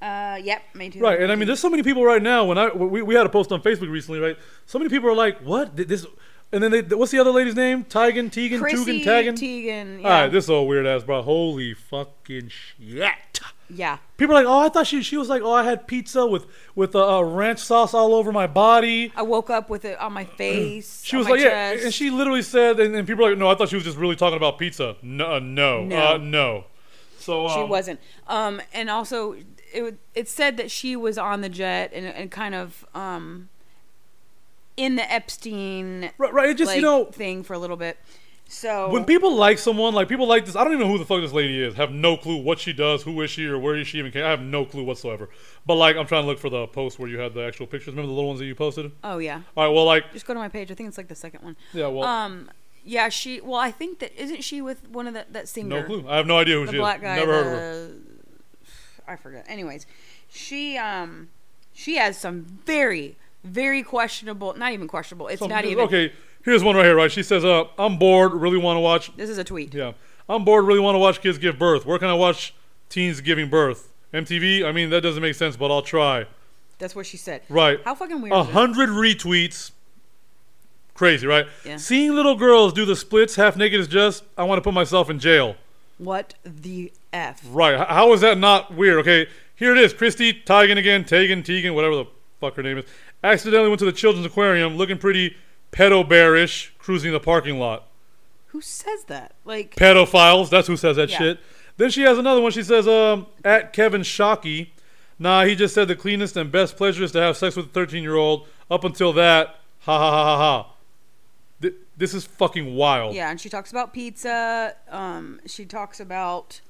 [SPEAKER 4] Uh, yep, May 2000.
[SPEAKER 3] Right, and I mean, there's so many people right now. When I we, we had a post on Facebook recently, right? So many people are like, "What Th- this?" And then they, what's the other lady's name? Tigan, Tegan,
[SPEAKER 4] Chrissy
[SPEAKER 3] Tugan, Tagan.
[SPEAKER 4] Teigen, yeah.
[SPEAKER 3] All right, this old weird ass bro. Holy fucking shit!
[SPEAKER 4] yeah.
[SPEAKER 3] People are like, "Oh, I thought she she was like, oh, I had pizza with with uh, uh, ranch sauce all over my body."
[SPEAKER 4] I woke up with it on my face.
[SPEAKER 3] She
[SPEAKER 4] on
[SPEAKER 3] was
[SPEAKER 4] my
[SPEAKER 3] like,
[SPEAKER 4] chest.
[SPEAKER 3] "Yeah," and she literally said, and, and people are like, "No, I thought she was just really talking about pizza." No, uh, no,
[SPEAKER 4] No.
[SPEAKER 3] Uh, no. So
[SPEAKER 4] She
[SPEAKER 3] um,
[SPEAKER 4] wasn't. Um, and also, it wa- it said that she was on the jet and, and kind of um, in the Epstein
[SPEAKER 3] Right, right. It just
[SPEAKER 4] like,
[SPEAKER 3] you know,
[SPEAKER 4] thing for a little bit. So
[SPEAKER 3] when people like someone, like people like this, I don't even know who the fuck this lady is. Have no clue what she does, who is she, or where is she even came. I have no clue whatsoever. But like, I'm trying to look for the post where you had the actual pictures. Remember the little ones that you posted?
[SPEAKER 4] oh yeah,
[SPEAKER 3] All right, well, like,
[SPEAKER 4] just go to my page. I think it's like the second one.
[SPEAKER 3] yeah, well,
[SPEAKER 4] Um, yeah, she. Well, I think that isn't she with one of the, that singer.
[SPEAKER 3] no clue. I have no idea who
[SPEAKER 4] the
[SPEAKER 3] she
[SPEAKER 4] black
[SPEAKER 3] is.
[SPEAKER 4] guy.
[SPEAKER 3] Never
[SPEAKER 4] the,
[SPEAKER 3] heard of her.
[SPEAKER 4] I forget. Anyways, she um she has some very very questionable. Not even questionable. It's
[SPEAKER 3] So,
[SPEAKER 4] not even.
[SPEAKER 3] Okay, here's one right here. Right, she says, "Uh, I'm bored. Really want to watch.
[SPEAKER 4] This is a tweet.
[SPEAKER 3] Yeah, I'm bored. Really want to watch kids give birth. Where can I watch teens giving birth? MTV. I mean, that doesn't make sense, but I'll try.
[SPEAKER 4] That's what she said.
[SPEAKER 3] Right.
[SPEAKER 4] How fucking weird.
[SPEAKER 3] A
[SPEAKER 4] is that?
[SPEAKER 3] hundred retweets, Crazy, right?
[SPEAKER 4] Yeah.
[SPEAKER 3] Seeing little girls do the splits half naked is just, I want to put myself in jail.
[SPEAKER 4] What the F?
[SPEAKER 3] Right. H- How is that not weird? Okay, here it is. Christy Teigen again, Tegan, Tegan, whatever the fuck her name is, accidentally went to the children's aquarium looking pretty pedo bearish, cruising the parking lot.
[SPEAKER 4] Who says that? Like,
[SPEAKER 3] Pedophiles, that's who says that
[SPEAKER 4] Yeah.
[SPEAKER 3] shit. Then she has another one. She says, um, at Kevin Shockey, nah, he just said the cleanest and best pleasure is to have sex with a 13 year old. Up until that, ha ha ha ha ha. Th- this is fucking wild.
[SPEAKER 4] yeah, and she talks about pizza. Um, she talks about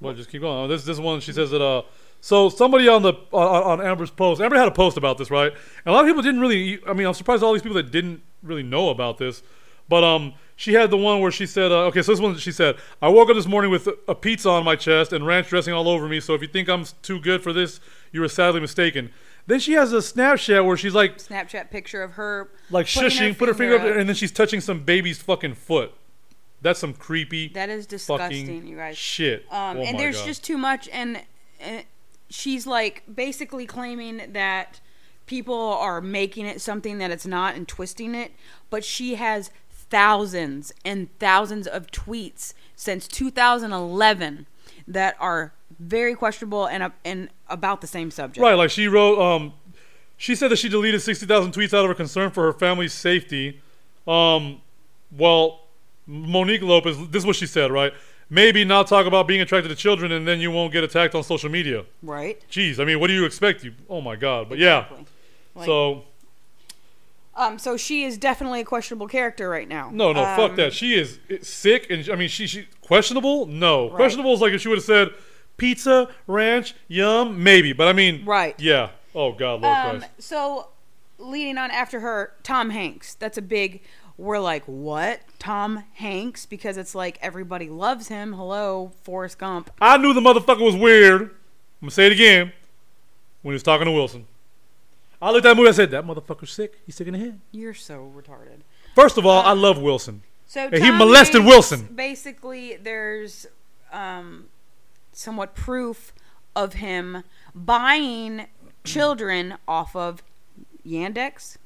[SPEAKER 3] Well, just keep going. Oh, This this one she says that uh. So somebody on the on, on Amber's post, Amber had a post about this, right? And a lot of people didn't really. I mean, I'm surprised all these people that didn't really know about this. But um, she had the one where she said, uh, okay, so this one she said, I woke up this morning with a pizza on my chest and ranch dressing all over me. So if you think I'm too good for this, you are sadly mistaken. Then she has a Snapchat where she's like,
[SPEAKER 4] Snapchat picture of her
[SPEAKER 3] like
[SPEAKER 4] putting
[SPEAKER 3] shushing, put her finger up,
[SPEAKER 4] up.
[SPEAKER 3] and then she's touching some baby's fucking foot. That's some creepy.
[SPEAKER 4] That is
[SPEAKER 3] fucking
[SPEAKER 4] disgusting, you guys.
[SPEAKER 3] Shit.
[SPEAKER 4] Um,
[SPEAKER 3] Oh
[SPEAKER 4] and
[SPEAKER 3] my
[SPEAKER 4] there's
[SPEAKER 3] God.
[SPEAKER 4] just too much, and, and she's like basically claiming that people are making it something that it's not and twisting it. But she has thousands and thousands of tweets since 2011 that are very questionable and up and about the same subject.
[SPEAKER 3] Right, like she wrote, um, she said that she deleted 60,000 tweets out of her concern for her family's safety. Um, well, Monique Lopez, this is what she said, right? Maybe not talk about being attracted to children and then you won't get attacked on social media.
[SPEAKER 4] Right.
[SPEAKER 3] Jeez, I mean, what do you expect? You, oh my God. But yeah,
[SPEAKER 4] Exactly. Like-
[SPEAKER 3] so
[SPEAKER 4] Um. So she is definitely a questionable character right now.
[SPEAKER 3] no, no, fuck
[SPEAKER 4] Um,
[SPEAKER 3] that. She is sick and I mean, she, she questionable? No. Questionable is like if she would have said pizza, ranch, yum, maybe. But I mean,
[SPEAKER 4] Right.
[SPEAKER 3] Yeah. Oh God, Lord
[SPEAKER 4] Um,
[SPEAKER 3] Christ.
[SPEAKER 4] so, leading on after her, Tom Hanks. That's a big. We're like, what? Tom Hanks? Because it's like everybody loves him. Hello, Forrest Gump.
[SPEAKER 3] I knew the motherfucker was weird. I'm gonna say it again. When he was talking to Wilson, I looked at that movie. I said, "That motherfucker's sick. He's sick in the head."
[SPEAKER 4] You're so retarded.
[SPEAKER 3] First of all, I love Wilson.
[SPEAKER 4] So
[SPEAKER 3] And he
[SPEAKER 4] Tom
[SPEAKER 3] molested
[SPEAKER 4] Hanks,
[SPEAKER 3] Wilson.
[SPEAKER 4] Basically, there's um, somewhat proof of him buying children off of Yandex.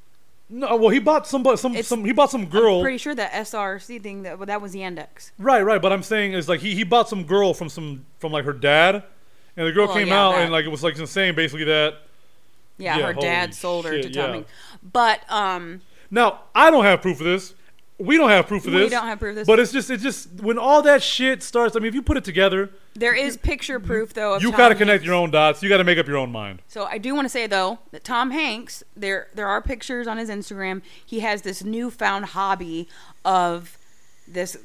[SPEAKER 3] No, well, he bought some, some,
[SPEAKER 4] It's-
[SPEAKER 3] some. He bought some girl.
[SPEAKER 4] Pretty sure that SRC thing that that was Yandex.
[SPEAKER 3] right, right. But I'm saying is like he, he bought some girl from some from like her dad, and the girl
[SPEAKER 4] Well,
[SPEAKER 3] came
[SPEAKER 4] Oh, yeah,
[SPEAKER 3] out
[SPEAKER 4] that.
[SPEAKER 3] and like it was like insane. Basically that.
[SPEAKER 4] Yeah,
[SPEAKER 3] Yeah,
[SPEAKER 4] her
[SPEAKER 3] holy
[SPEAKER 4] dad sold her to
[SPEAKER 3] shit,
[SPEAKER 4] Tom
[SPEAKER 3] yeah.
[SPEAKER 4] Hanks. But um,
[SPEAKER 3] Now I don't have proof of this. We don't have proof of
[SPEAKER 4] We
[SPEAKER 3] this.
[SPEAKER 4] don't have proof of this.
[SPEAKER 3] But it's just it's just when all that shit starts. I mean, if you put it together,
[SPEAKER 4] There is picture proof, though. Of
[SPEAKER 3] you
[SPEAKER 4] Tom
[SPEAKER 3] gotta connect
[SPEAKER 4] Hanks.
[SPEAKER 3] your own dots. You gotta make up your own mind.
[SPEAKER 4] So I do want to say though that Tom Hanks, there there are pictures on his Instagram. He has this newfound hobby of this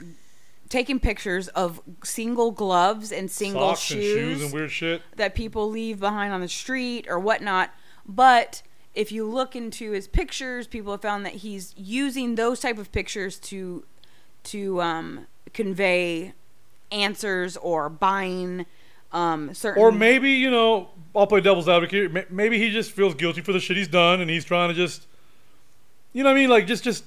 [SPEAKER 4] taking pictures of single gloves and single
[SPEAKER 3] Socks and shoes and weird shit.
[SPEAKER 4] that people leave behind on the street or whatnot. But if you look into his pictures, people have found that he's using those type of pictures to to um, convey answers or buying um, certain
[SPEAKER 3] Or maybe, you know, I'll play devil's advocate. ma- Maybe he just feels guilty for the shit he's done and he's trying to just you know what I mean? Like just just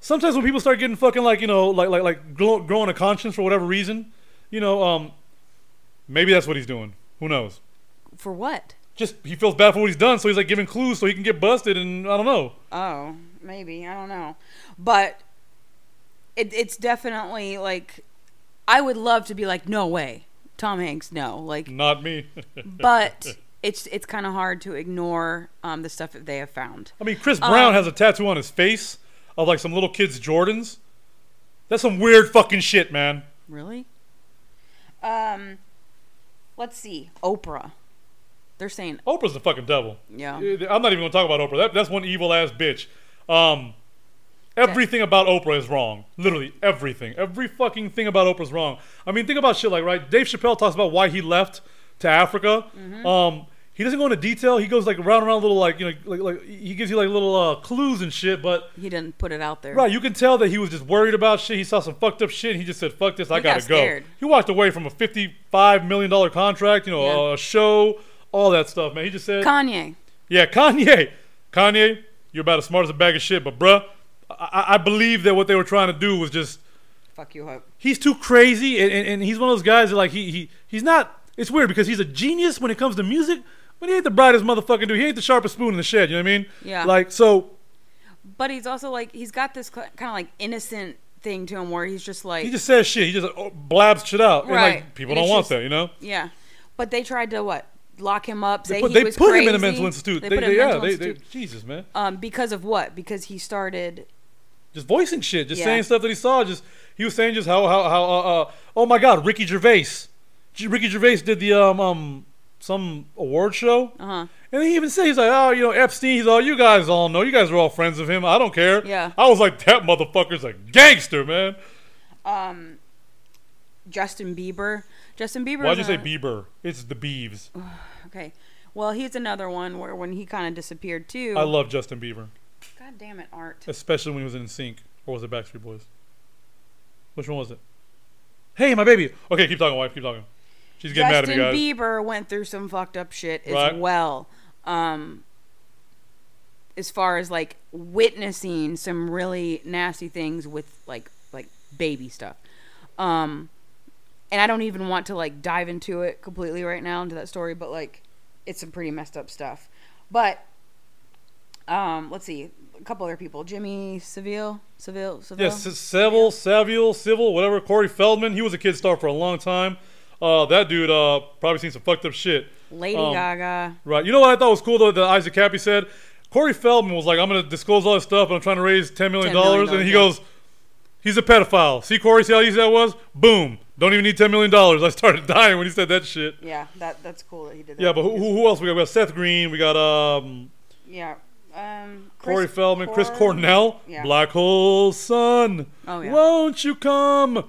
[SPEAKER 3] sometimes when people start getting fucking like, you know, like like like gro- growing a conscience for whatever reason, you know, um maybe that's what he's doing. Who knows?
[SPEAKER 4] for what?
[SPEAKER 3] Just he feels bad for what he's done, so he's like giving clues so he can get busted and I don't know.
[SPEAKER 4] Oh, maybe I don't know, but it, it's definitely like I would love to be like, no way, Tom Hanks, no, like,
[SPEAKER 3] Not me.
[SPEAKER 4] but it's it's kind of hard to ignore um, the stuff that they have found.
[SPEAKER 3] I mean, Chris Brown has a tattoo on his face of like some little kid's Jordans. That's some weird fucking shit, man.
[SPEAKER 4] Really? Um, let's see. Oprah. They're saying,
[SPEAKER 3] Oprah's the fucking devil. Eh,
[SPEAKER 4] Yeah.
[SPEAKER 3] I'm not even gonna talk about Oprah. That, that's one evil ass bitch. Um, everything about Oprah is wrong. Literally everything. Every fucking thing about Oprah's wrong. I mean, think about shit like right. Dave Chappelle talks about why he left to Africa.
[SPEAKER 4] Mm-hmm.
[SPEAKER 3] Um, he doesn't go into detail. He goes like round and round little like you know like, like he gives you like little uh, clues and shit. But
[SPEAKER 4] he didn't put it out there.
[SPEAKER 3] right, you can tell that he was just worried about shit. He saw some fucked up shit. and He just said, "Fuck this, I
[SPEAKER 4] He got
[SPEAKER 3] gotta go."
[SPEAKER 4] scared.
[SPEAKER 3] He walked away from a fifty-five million dollar contract. You know,
[SPEAKER 4] Yeah.
[SPEAKER 3] a show, all that stuff, man. He just said.
[SPEAKER 4] Kanye.
[SPEAKER 3] Yeah, Kanye. Kanye, you're about as smart as a bag of shit, but bruh, I- I, I believe that what they were trying to do was just
[SPEAKER 4] Fuck you up.
[SPEAKER 3] he's too crazy and, and, and he's one of those guys that like he, he he's not it's weird because he's a genius when it comes to music, but he ain't the brightest motherfucking dude. He ain't the sharpest spoon in the shed, you know what I mean?
[SPEAKER 4] Yeah.
[SPEAKER 3] Like so
[SPEAKER 4] But he's also like he's got this kind of like innocent thing to him where he's just like
[SPEAKER 3] He just says shit. He just like, oh, blabs shit out. And, like,
[SPEAKER 4] Right.
[SPEAKER 3] people
[SPEAKER 4] And
[SPEAKER 3] don't
[SPEAKER 4] it's
[SPEAKER 3] want
[SPEAKER 4] just-
[SPEAKER 3] that, you know?
[SPEAKER 4] yeah. But they tried to what lock him up. Say
[SPEAKER 3] They put,
[SPEAKER 4] he
[SPEAKER 3] they
[SPEAKER 4] was
[SPEAKER 3] put
[SPEAKER 4] crazy.
[SPEAKER 3] him in a mental institute.
[SPEAKER 4] They,
[SPEAKER 3] They,
[SPEAKER 4] put him
[SPEAKER 3] they-
[SPEAKER 4] in a
[SPEAKER 3] yeah,
[SPEAKER 4] mental
[SPEAKER 3] they, they,
[SPEAKER 4] institute.
[SPEAKER 3] Jesus, man.
[SPEAKER 4] um, because of what? Because he started
[SPEAKER 3] Just voicing shit, just
[SPEAKER 4] Yeah.
[SPEAKER 3] saying stuff that he saw. Just he was saying just how how how uh, uh, oh my god, Ricky Gervais. G- Ricky Gervais did the um um some award show.
[SPEAKER 4] Uh-huh.
[SPEAKER 3] And he even said he's like, oh, you know, Epstein. He's all, you guys all know. You guys are all friends of him. I don't care.
[SPEAKER 4] Yeah.
[SPEAKER 3] I was like, that motherfucker's a gangster, man.
[SPEAKER 4] Justin Bieber. Justin Bieber.
[SPEAKER 3] Why'd you
[SPEAKER 4] was
[SPEAKER 3] say
[SPEAKER 4] a-
[SPEAKER 3] Bieber? It's the Beeves.
[SPEAKER 4] Okay. Well, he's another one where when he kind of disappeared too.
[SPEAKER 3] I love Justin Bieber,
[SPEAKER 4] God damn it, Art.
[SPEAKER 3] especially when he was in Sync, or was it Backstreet Boys? Which one was it? Hey, my baby. Okay, keep talking, wife. Keep talking. She's getting
[SPEAKER 4] Justin
[SPEAKER 3] mad at me, guys.
[SPEAKER 4] Bieber went through some fucked up shit as
[SPEAKER 3] Right.
[SPEAKER 4] well. Um, as far as like witnessing some really nasty things with like like baby stuff. Um, and I don't even want to like dive into it completely right now into that story, but like it's some pretty messed up stuff. But um, let's see a couple other people: Jimmy Seville, Seville, Seville.
[SPEAKER 3] Yes, S- Seville, Saville, Civil, whatever. Corey Feldman. He was a kid star for a long time. Uh, that dude uh, probably seen some fucked up shit.
[SPEAKER 4] Lady
[SPEAKER 3] um,
[SPEAKER 4] Gaga.
[SPEAKER 3] Right. You know what I thought was cool though that Isaac Cappy said? Corey Feldman was like, I'm gonna disclose all this stuff and I'm trying to raise ten million dollars and he
[SPEAKER 4] yeah.
[SPEAKER 3] goes, He's a pedophile. See Corey, see how easy that was? Boom. Don't even need ten million dollars. I started dying when he said that shit.
[SPEAKER 4] Yeah, that that's cool that he did that.
[SPEAKER 3] Yeah, but who, who who else we got? We got Seth Green, we got um
[SPEAKER 4] Yeah. Um, Chris
[SPEAKER 3] Corey Feldman, Chris
[SPEAKER 4] Cor-
[SPEAKER 3] Cornell,
[SPEAKER 4] Yeah.
[SPEAKER 3] Black Hole Sun.
[SPEAKER 4] Oh, yeah.
[SPEAKER 3] Won't you come?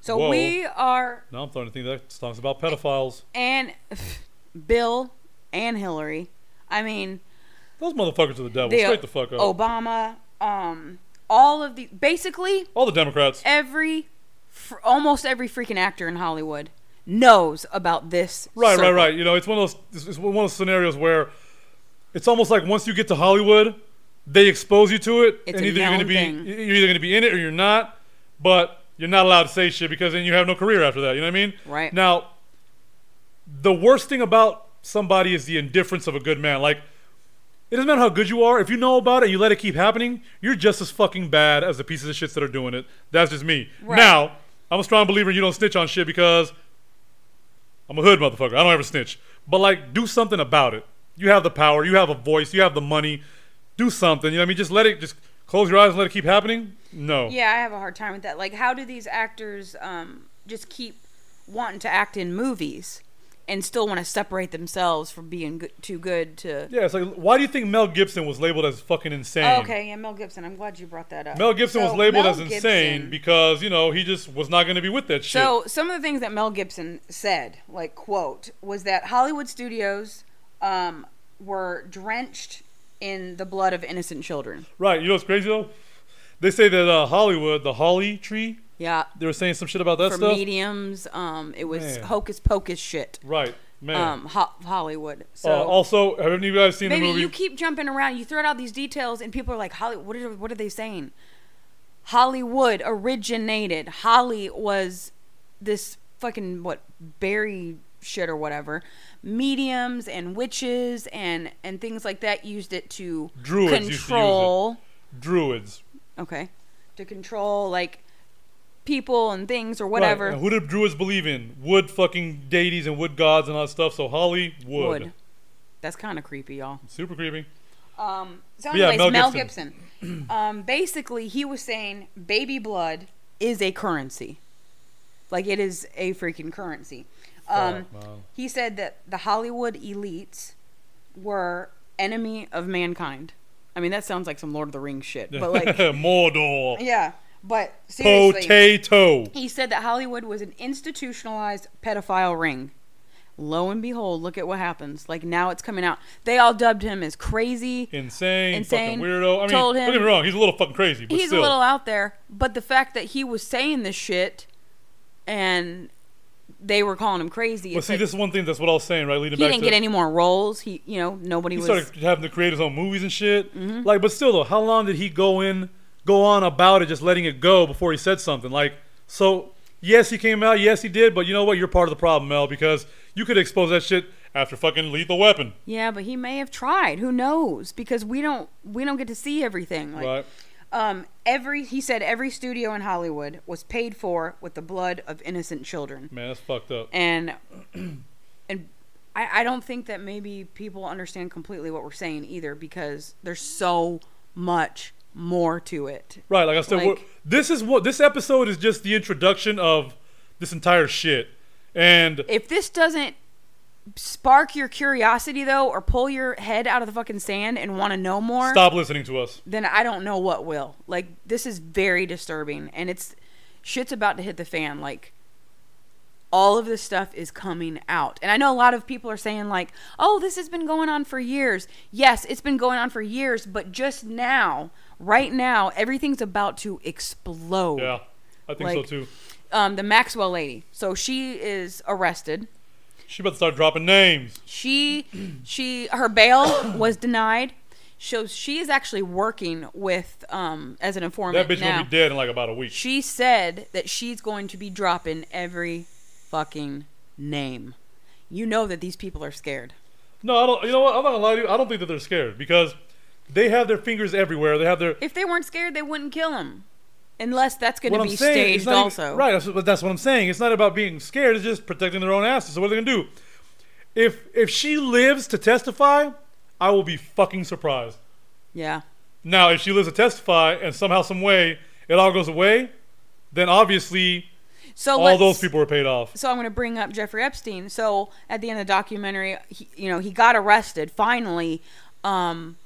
[SPEAKER 4] So
[SPEAKER 3] Whoa.
[SPEAKER 4] we are,
[SPEAKER 3] Now I'm starting to think that song's about pedophiles.
[SPEAKER 4] and Bill and Hillary. I mean,
[SPEAKER 3] Those motherfuckers are the devil.
[SPEAKER 4] they- Oh.
[SPEAKER 3] Straight the fuck up.
[SPEAKER 4] Obama, um, all of the, basically
[SPEAKER 3] All the Democrats.
[SPEAKER 4] every, fr- almost every freaking actor in Hollywood knows about this.
[SPEAKER 3] Right,
[SPEAKER 4] circle.
[SPEAKER 3] right, right. You know, it's one of those. It's, it's one of those scenarios where it's almost like once you get to Hollywood, they expose you to it,
[SPEAKER 4] It's
[SPEAKER 3] and
[SPEAKER 4] a
[SPEAKER 3] either you're gonna
[SPEAKER 4] known
[SPEAKER 3] be
[SPEAKER 4] thing.
[SPEAKER 3] you're either gonna be in it or you're not. But you're not allowed to say shit because then you have no career after that. You know what I mean?
[SPEAKER 4] Right.
[SPEAKER 3] Now, the worst thing about somebody is the indifference of a good man. Like, it doesn't matter how good you are. If you know about it and you let it keep happening, you're just as fucking bad as the pieces of shits that are doing it. That's just me.
[SPEAKER 4] Right.
[SPEAKER 3] Now, I'm a strong believer you don't snitch on shit because I'm a hood motherfucker. I don't ever snitch. But like, do something about it. You have the power. You have a voice. You have the money. Do something. You know what I mean? Just let it. Just close your eyes and let it keep happening. No.
[SPEAKER 4] Yeah, I have a hard time with that. Like, how do these actors um, just keep wanting to act in movies and still want to separate themselves from being good, too good to.
[SPEAKER 3] Yeah. It's like, why do you think Mel Gibson was labeled as fucking insane?
[SPEAKER 4] Oh, okay, yeah, Mel Gibson. I'm glad you brought that up.
[SPEAKER 3] Mel Gibson
[SPEAKER 4] So,
[SPEAKER 3] was labeled
[SPEAKER 4] Mel
[SPEAKER 3] as insane
[SPEAKER 4] Gibson-
[SPEAKER 3] because you know he just was not going to be with that shit.
[SPEAKER 4] So some of the things that Mel Gibson said, like quote, was that Hollywood studios um, were drenched in the blood of innocent children.
[SPEAKER 3] right. You know what's crazy though? They say that uh, Hollywood, the Holly tree.
[SPEAKER 4] Yeah,
[SPEAKER 3] They were saying some shit about that
[SPEAKER 4] for
[SPEAKER 3] stuff.
[SPEAKER 4] mediums, um, it was
[SPEAKER 3] Man.
[SPEAKER 4] hocus pocus shit.
[SPEAKER 3] Right. Man.
[SPEAKER 4] Um, ho- Hollywood. So
[SPEAKER 3] Uh, also, have any of you guys seen
[SPEAKER 4] maybe
[SPEAKER 3] the movie?
[SPEAKER 4] you keep jumping around. You throw out these details, and people are like, "Hollywood, what are, what are they saying?" Hollywood originated. Holly was this fucking what berry shit or whatever. Mediums and witches and and things like that used it to
[SPEAKER 3] Druids used to use it.
[SPEAKER 4] control.
[SPEAKER 3] Druids.
[SPEAKER 4] Okay, to control like people and things or
[SPEAKER 3] Right,
[SPEAKER 4] whatever.
[SPEAKER 3] and who did Druids believe in? Wood fucking deities and wood gods and all that stuff. So Holly, wood.
[SPEAKER 4] Wood. That's kind of creepy, y'all.
[SPEAKER 3] Super creepy.
[SPEAKER 4] Um, so,
[SPEAKER 3] But yeah,
[SPEAKER 4] anyways,
[SPEAKER 3] Mel
[SPEAKER 4] Mel,
[SPEAKER 3] Gibson.
[SPEAKER 4] Gibson. um, basically, he was saying baby blood is a currency. Like, it is a freaking currency. Um,
[SPEAKER 3] Fuck, man.
[SPEAKER 4] he said that the Hollywood elites were enemy of mankind. I mean, that sounds like some Lord of the Rings shit. But, like,
[SPEAKER 3] Mordor.
[SPEAKER 4] yeah. But seriously,
[SPEAKER 3] Potato.
[SPEAKER 4] he said that Hollywood was an institutionalized pedophile ring. Lo and behold, look at what happens. Like, now it's coming out. They all dubbed him as crazy.
[SPEAKER 3] Insane,
[SPEAKER 4] Insane.
[SPEAKER 3] Fucking weirdo. I mean,
[SPEAKER 4] Told
[SPEAKER 3] don't get
[SPEAKER 4] him-
[SPEAKER 3] me wrong. He's a little fucking crazy, but
[SPEAKER 4] he's
[SPEAKER 3] still.
[SPEAKER 4] a little out there, but the fact that he was saying this shit and they were calling him crazy.
[SPEAKER 3] but
[SPEAKER 4] it's
[SPEAKER 3] see,
[SPEAKER 4] like,
[SPEAKER 3] this is one thing. That's what I was saying, right? Leading
[SPEAKER 4] he
[SPEAKER 3] back
[SPEAKER 4] didn't
[SPEAKER 3] to
[SPEAKER 4] get any more roles. He, you know, nobody
[SPEAKER 3] he
[SPEAKER 4] was. Mm-hmm.
[SPEAKER 3] started having to create his own movies and shit. Like, but still though, how long did he go in, go on about it, just letting it go before he said something? Like, so yes, he came out, yes, he did, but you know what? You're part of the problem, Mel, because you could expose that shit after fucking Lethal Weapon.
[SPEAKER 4] Yeah, but he may have tried. Who knows? Because we don't we don't get to see everything. Like,
[SPEAKER 3] Right.
[SPEAKER 4] Um, every he said every studio in Hollywood was paid for with the blood of innocent children,
[SPEAKER 3] Man, that's fucked up.
[SPEAKER 4] and and I, I don't think that maybe people understand completely what we're saying either because there's so much more to it.
[SPEAKER 3] Right, like I said, we're
[SPEAKER 4] Like-
[SPEAKER 3] this is what this episode is just the introduction of this entire shit, and
[SPEAKER 4] If this doesn't spark your curiosity though, or pull your head out of the fucking sand and want to know more,
[SPEAKER 3] stop listening to us.
[SPEAKER 4] then I don't know what will. Like this is very disturbing and it's shit's about to hit the fan like all of this stuff is coming out. And I know a lot of people are saying like, "Oh, this has been going on for years." Yes, it's been going on for years, but just now, right now, everything's about to explode.
[SPEAKER 3] Yeah, I think so
[SPEAKER 4] Like-
[SPEAKER 3] too.
[SPEAKER 4] Um the Maxwell lady. So she is arrested.
[SPEAKER 3] She about to start dropping names.
[SPEAKER 4] She she her bail was denied. So she is actually working with um as an informant
[SPEAKER 3] That bitch
[SPEAKER 4] now.
[SPEAKER 3] gonna be dead in like about a week.
[SPEAKER 4] She said that she's going to be dropping every fucking name. You know that these people are scared.
[SPEAKER 3] No, I don't. You know what? I'm not gonna lie to you. I don't think that they're scared because they have their fingers everywhere. They have their.
[SPEAKER 4] If they weren't scared, they wouldn't kill him. Unless that's going
[SPEAKER 3] What
[SPEAKER 4] to
[SPEAKER 3] I'm
[SPEAKER 4] be
[SPEAKER 3] saying, it's
[SPEAKER 4] staged
[SPEAKER 3] not even-
[SPEAKER 4] also.
[SPEAKER 3] right. that's- But that's what I'm saying. It's not about being scared. It's just protecting their own asses. So what are they gonna do? If if she lives to testify, I will be fucking surprised.
[SPEAKER 4] Yeah.
[SPEAKER 3] Now, if she lives to testify and somehow, some way, it all goes away, then obviously
[SPEAKER 4] So
[SPEAKER 3] all
[SPEAKER 4] let's-
[SPEAKER 3] those people are paid off.
[SPEAKER 4] so I'm going to bring up Jeffrey Epstein. So at the end of the documentary, he, you know, he got arrested finally, um,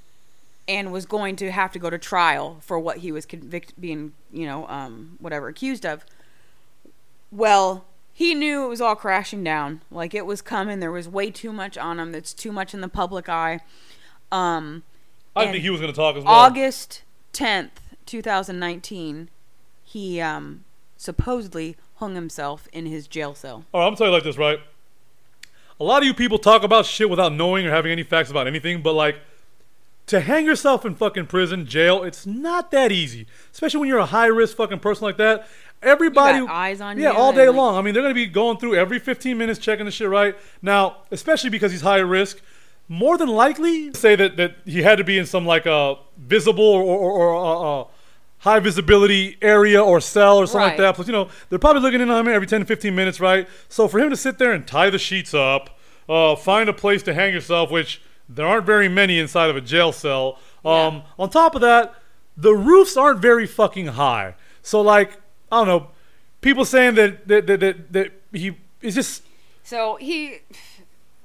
[SPEAKER 4] and was going to have to go to trial for what he was convict being, you know, um, whatever accused of. Well, he knew it was all crashing down. Like it was coming. There was way too much on him. That's too much in the public eye. Um,
[SPEAKER 3] I
[SPEAKER 4] And
[SPEAKER 3] think he was going to talk as well.
[SPEAKER 4] August 10th, 2019, he um, supposedly hung himself in his jail cell.
[SPEAKER 3] All right, I'm telling you like this, right? A lot of you people talk about shit without knowing or having any facts about anything, but like to hang yourself in fucking prison, jail, it's not that easy. Especially when you're a high risk fucking person like that. Everybody
[SPEAKER 4] You got eyes on
[SPEAKER 3] Yeah,
[SPEAKER 4] you
[SPEAKER 3] all
[SPEAKER 4] and,
[SPEAKER 3] day
[SPEAKER 4] like-
[SPEAKER 3] long. I mean, they're gonna be going through every 15 minutes checking the shit right now, especially because he's high risk. More than likely, say that that he had to be in some like uh, visible or or, or uh, uh, high visibility area or cell or something like
[SPEAKER 4] Right.
[SPEAKER 3] that. Plus, you know, they're probably looking in on him every 10 to 15 minutes, right? So for him to sit there and tie the sheets up, uh, find a place to hang yourself, which there aren't very many inside of a jail cell. Um, On top of that, the roofs aren't very fucking high. So, like, I don't know, people saying that, that, that, that, that he is just,
[SPEAKER 4] So he,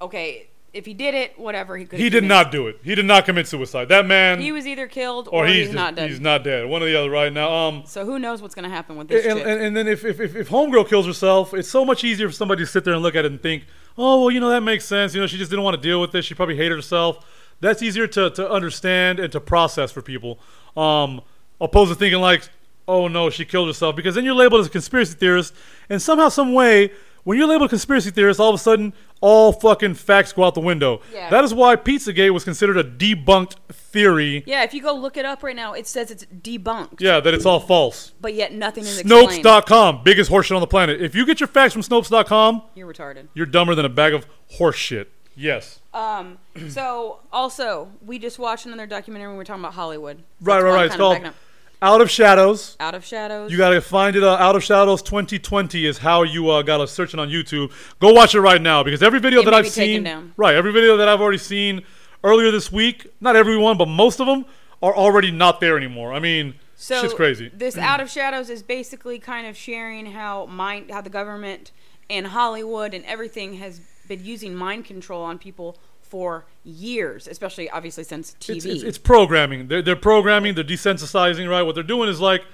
[SPEAKER 4] okay, if he did it, whatever he could.
[SPEAKER 3] he did not do it. He did not commit suicide. That man,
[SPEAKER 4] He was either killed
[SPEAKER 3] or
[SPEAKER 4] or, he's,
[SPEAKER 3] just-
[SPEAKER 4] not dead.
[SPEAKER 3] he's not dead. One or the other right now. Um,
[SPEAKER 4] So who knows what's gonna happen with this
[SPEAKER 3] and,
[SPEAKER 4] shit?
[SPEAKER 3] and, and then if, if, if, if homegirl kills herself, it's so much easier for somebody to sit there and look at it and think, oh, well, you know, that makes sense. You know, she just didn't want to deal with this. She probably hated herself. That's easier to, to understand and to process for people. Um, opposed to thinking like, oh, no, she killed herself. Because then you're labeled as a conspiracy theorist. And somehow, some way, when you're labeled a conspiracy theorist, all of a sudden, all fucking facts go out the window.
[SPEAKER 4] Yeah.
[SPEAKER 3] That is why Pizzagate was considered a debunked theory.
[SPEAKER 4] yeah, if you go look it up right now, it says it's debunked,
[SPEAKER 3] yeah that it's all false.
[SPEAKER 4] but yet nothing is explained.
[SPEAKER 3] Snopes.com, biggest horseshit on the planet. If you get your facts from Snopes.com,
[SPEAKER 4] You're retarded.
[SPEAKER 3] you're dumber than a bag of horseshit. Yes.
[SPEAKER 4] Um. So also, we just watched another documentary when we were talking about Hollywood. So
[SPEAKER 3] right,
[SPEAKER 4] that's
[SPEAKER 3] right,
[SPEAKER 4] why I'm
[SPEAKER 3] right. It's
[SPEAKER 4] kinda
[SPEAKER 3] called
[SPEAKER 4] backing up.
[SPEAKER 3] Out of Shadows.
[SPEAKER 4] Out of Shadows.
[SPEAKER 3] You gotta find it. Uh, Out of Shadows 2020 is how you uh, gotta search it on YouTube. Go watch it right now because every video
[SPEAKER 4] It
[SPEAKER 3] that
[SPEAKER 4] may
[SPEAKER 3] I've
[SPEAKER 4] be taken
[SPEAKER 3] seen,
[SPEAKER 4] down.
[SPEAKER 3] right, every video that I've already seen earlier this week, not everyone, but most of them are already not there anymore. I mean,
[SPEAKER 4] So
[SPEAKER 3] shit's crazy.
[SPEAKER 4] This Out of Shadows is basically kind of sharing how mind, how the government and Hollywood and everything has been using mind control on people for years, especially obviously since TV.
[SPEAKER 3] It's, it's, it's programming. They're, they're programming. They're desensitizing. Right. What they're doing is like,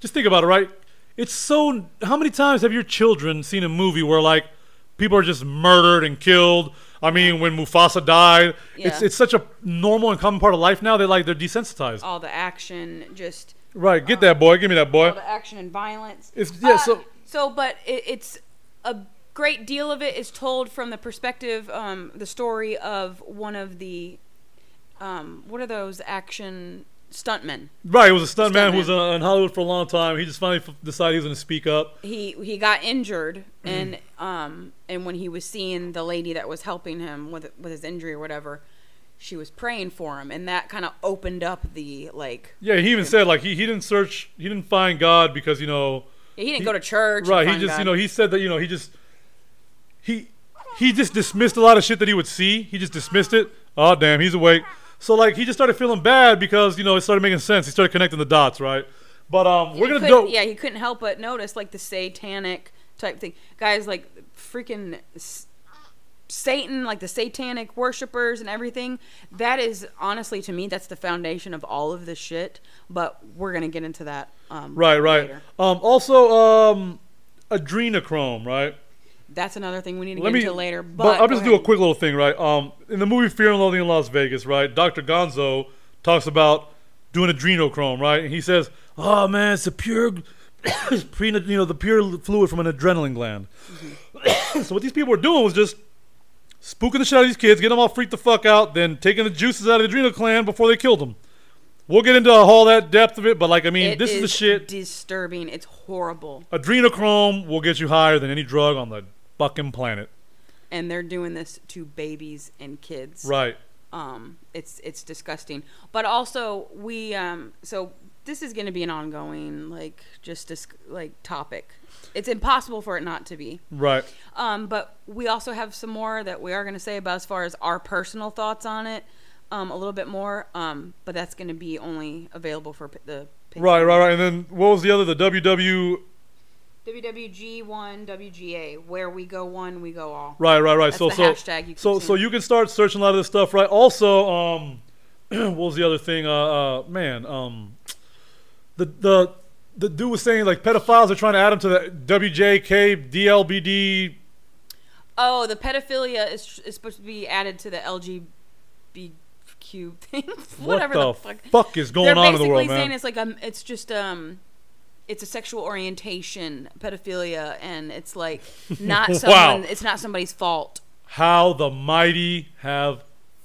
[SPEAKER 3] just think about it. Right. It's so. How many times have your children seen a movie where like people are just murdered and killed? I mean, when Mufasa died, it's
[SPEAKER 4] Yeah.
[SPEAKER 3] it's such a normal and common part of life now. They like they're desensitized.
[SPEAKER 4] all the action, just
[SPEAKER 3] Right. Get that boy. Give me that boy.
[SPEAKER 4] all the action and violence.
[SPEAKER 3] It's yeah.
[SPEAKER 4] Uh,
[SPEAKER 3] So
[SPEAKER 4] so, but it, it's a great deal of it is told from the perspective, um, the story of one of the, um, what are those action stuntman.
[SPEAKER 3] Right, it was a stuntman
[SPEAKER 4] Stuntman.
[SPEAKER 3] who was uh, in Hollywood for a long time. He just finally f- decided he was going to speak up.
[SPEAKER 4] He he got injured
[SPEAKER 3] Mm-hmm.
[SPEAKER 4] and um and when he was seeing the lady that was helping him with with his injury or whatever, she was praying for him and that kind of opened up the like
[SPEAKER 3] Yeah, he even said like he, he didn't search, he didn't find God because you know,
[SPEAKER 4] he didn't go to church.
[SPEAKER 3] right? He
[SPEAKER 4] find
[SPEAKER 3] just
[SPEAKER 4] God.
[SPEAKER 3] you know he said that you know he just he he just dismissed a lot of shit that he would see. He just dismissed it. Oh damn, he's awake. So like he just started feeling bad because you know it started making sense. He started connecting the dots, right? But um, we're gonna
[SPEAKER 4] He couldn't-
[SPEAKER 3] go.
[SPEAKER 4] Yeah, he couldn't help but notice like the satanic type thing. Guys like freaking s- Satan, like the satanic worshipers and everything. That is honestly to me that's the foundation of all of this shit, but we're going to get into that um
[SPEAKER 3] Right, right.
[SPEAKER 4] later.
[SPEAKER 3] Um, also, um, adrenochrome, right?
[SPEAKER 4] That's another thing we need to
[SPEAKER 3] Let
[SPEAKER 4] get
[SPEAKER 3] me
[SPEAKER 4] into later, but,
[SPEAKER 3] I'll
[SPEAKER 4] go
[SPEAKER 3] just do a
[SPEAKER 4] ahead.
[SPEAKER 3] quick little thing, right? Um, in the movie Fear and Loathing in Las Vegas, right? Doctor Gonzo talks about doing adrenochrome, right? And he says, "Oh man, it's the pure, it's pre, you know, the pure fluid from an adrenaline gland." so what these people were doing was just spooking the shit out of these kids, getting them all freaked the fuck out, then taking the juices out of the adrenal gland before they killed them. We'll get into all that depth of it, but like, I mean,
[SPEAKER 4] It
[SPEAKER 3] this is, the shit.
[SPEAKER 4] disturbing. It's horrible.
[SPEAKER 3] Adrenochrome will get you higher than any drug on the fucking planet.
[SPEAKER 4] And they're doing this to babies and kids.
[SPEAKER 3] Right.
[SPEAKER 4] um, it's it's disgusting. But also we um, so this is going to be an ongoing like just dis- like topic. It's impossible for it not to be.
[SPEAKER 3] Right.
[SPEAKER 4] Um, but we also have some more that we are going to say about as far as our personal thoughts on it. Um, a little bit more. Um, but that's going to be only available for p- the pa-
[SPEAKER 3] Right, right, right. And then what was the other? The WW.
[SPEAKER 4] WWG one WGA where we go one we go all.
[SPEAKER 3] Right, right, right. so,
[SPEAKER 4] the
[SPEAKER 3] so,
[SPEAKER 4] hashtag you keep
[SPEAKER 3] so, so
[SPEAKER 4] saying.
[SPEAKER 3] you can start searching a lot of this stuff, right? Also, um, what was the other thing? Uh, uh man, um, the the the dude was saying like pedophiles are trying to add him to the WJK DLBD.
[SPEAKER 4] Oh, the pedophilia is, is supposed to be added to the LGBTQ thing. Whatever
[SPEAKER 3] what
[SPEAKER 4] the,
[SPEAKER 3] the
[SPEAKER 4] fuck.
[SPEAKER 3] is
[SPEAKER 4] They're
[SPEAKER 3] going on in
[SPEAKER 4] basically
[SPEAKER 3] the world,
[SPEAKER 4] saying
[SPEAKER 3] man?
[SPEAKER 4] it's like um, it's just um, it's a sexual orientation, pedophilia, and it's like not someone. It's not somebody's fault.
[SPEAKER 3] How the mighty have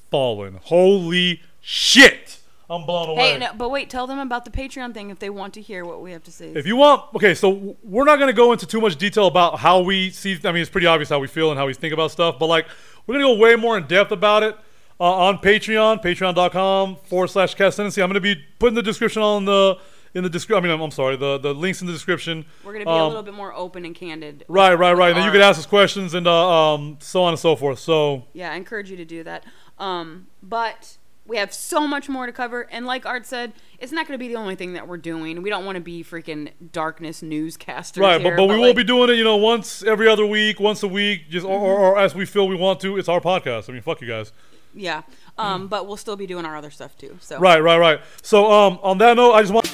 [SPEAKER 3] fallen! Holy shit! I'm blown away.
[SPEAKER 4] Hey, no, but wait, tell them about the Patreon thing if they want to hear what we have to say.
[SPEAKER 3] If you want, okay, so w- we're not going to go into too much detail about how we see. I mean, it's pretty obvious how we feel and how we think about stuff, but like, we're going to go way more in depth about it uh, on Patreon, patreon.com forward slash cast tendency. I'm going to be putting the description on the, in the description. I mean, I'm, I'm sorry, the, the links in the description.
[SPEAKER 4] We're gonna be a
[SPEAKER 3] Um,
[SPEAKER 4] little bit more open and candid.
[SPEAKER 3] Right, right, right. And then you
[SPEAKER 4] Our-
[SPEAKER 3] can ask us questions and uh, um, so on and so forth. So,
[SPEAKER 4] yeah, I encourage you to do that. Um, but we have so much more to cover, and like Art said, it's not going to be the only thing that we're doing. We don't want to be freaking darkness newscasters.
[SPEAKER 3] right,
[SPEAKER 4] here,
[SPEAKER 3] but, but we will
[SPEAKER 4] like, Mm-hmm.
[SPEAKER 3] be doing it, you know, once every other week, once a week, just or, or, or as we feel we want to. It's our podcast. I mean, fuck you guys.
[SPEAKER 4] Yeah, um, but we'll still be doing our other stuff too. So
[SPEAKER 3] Right, right, right. So, um, on that note, I just want.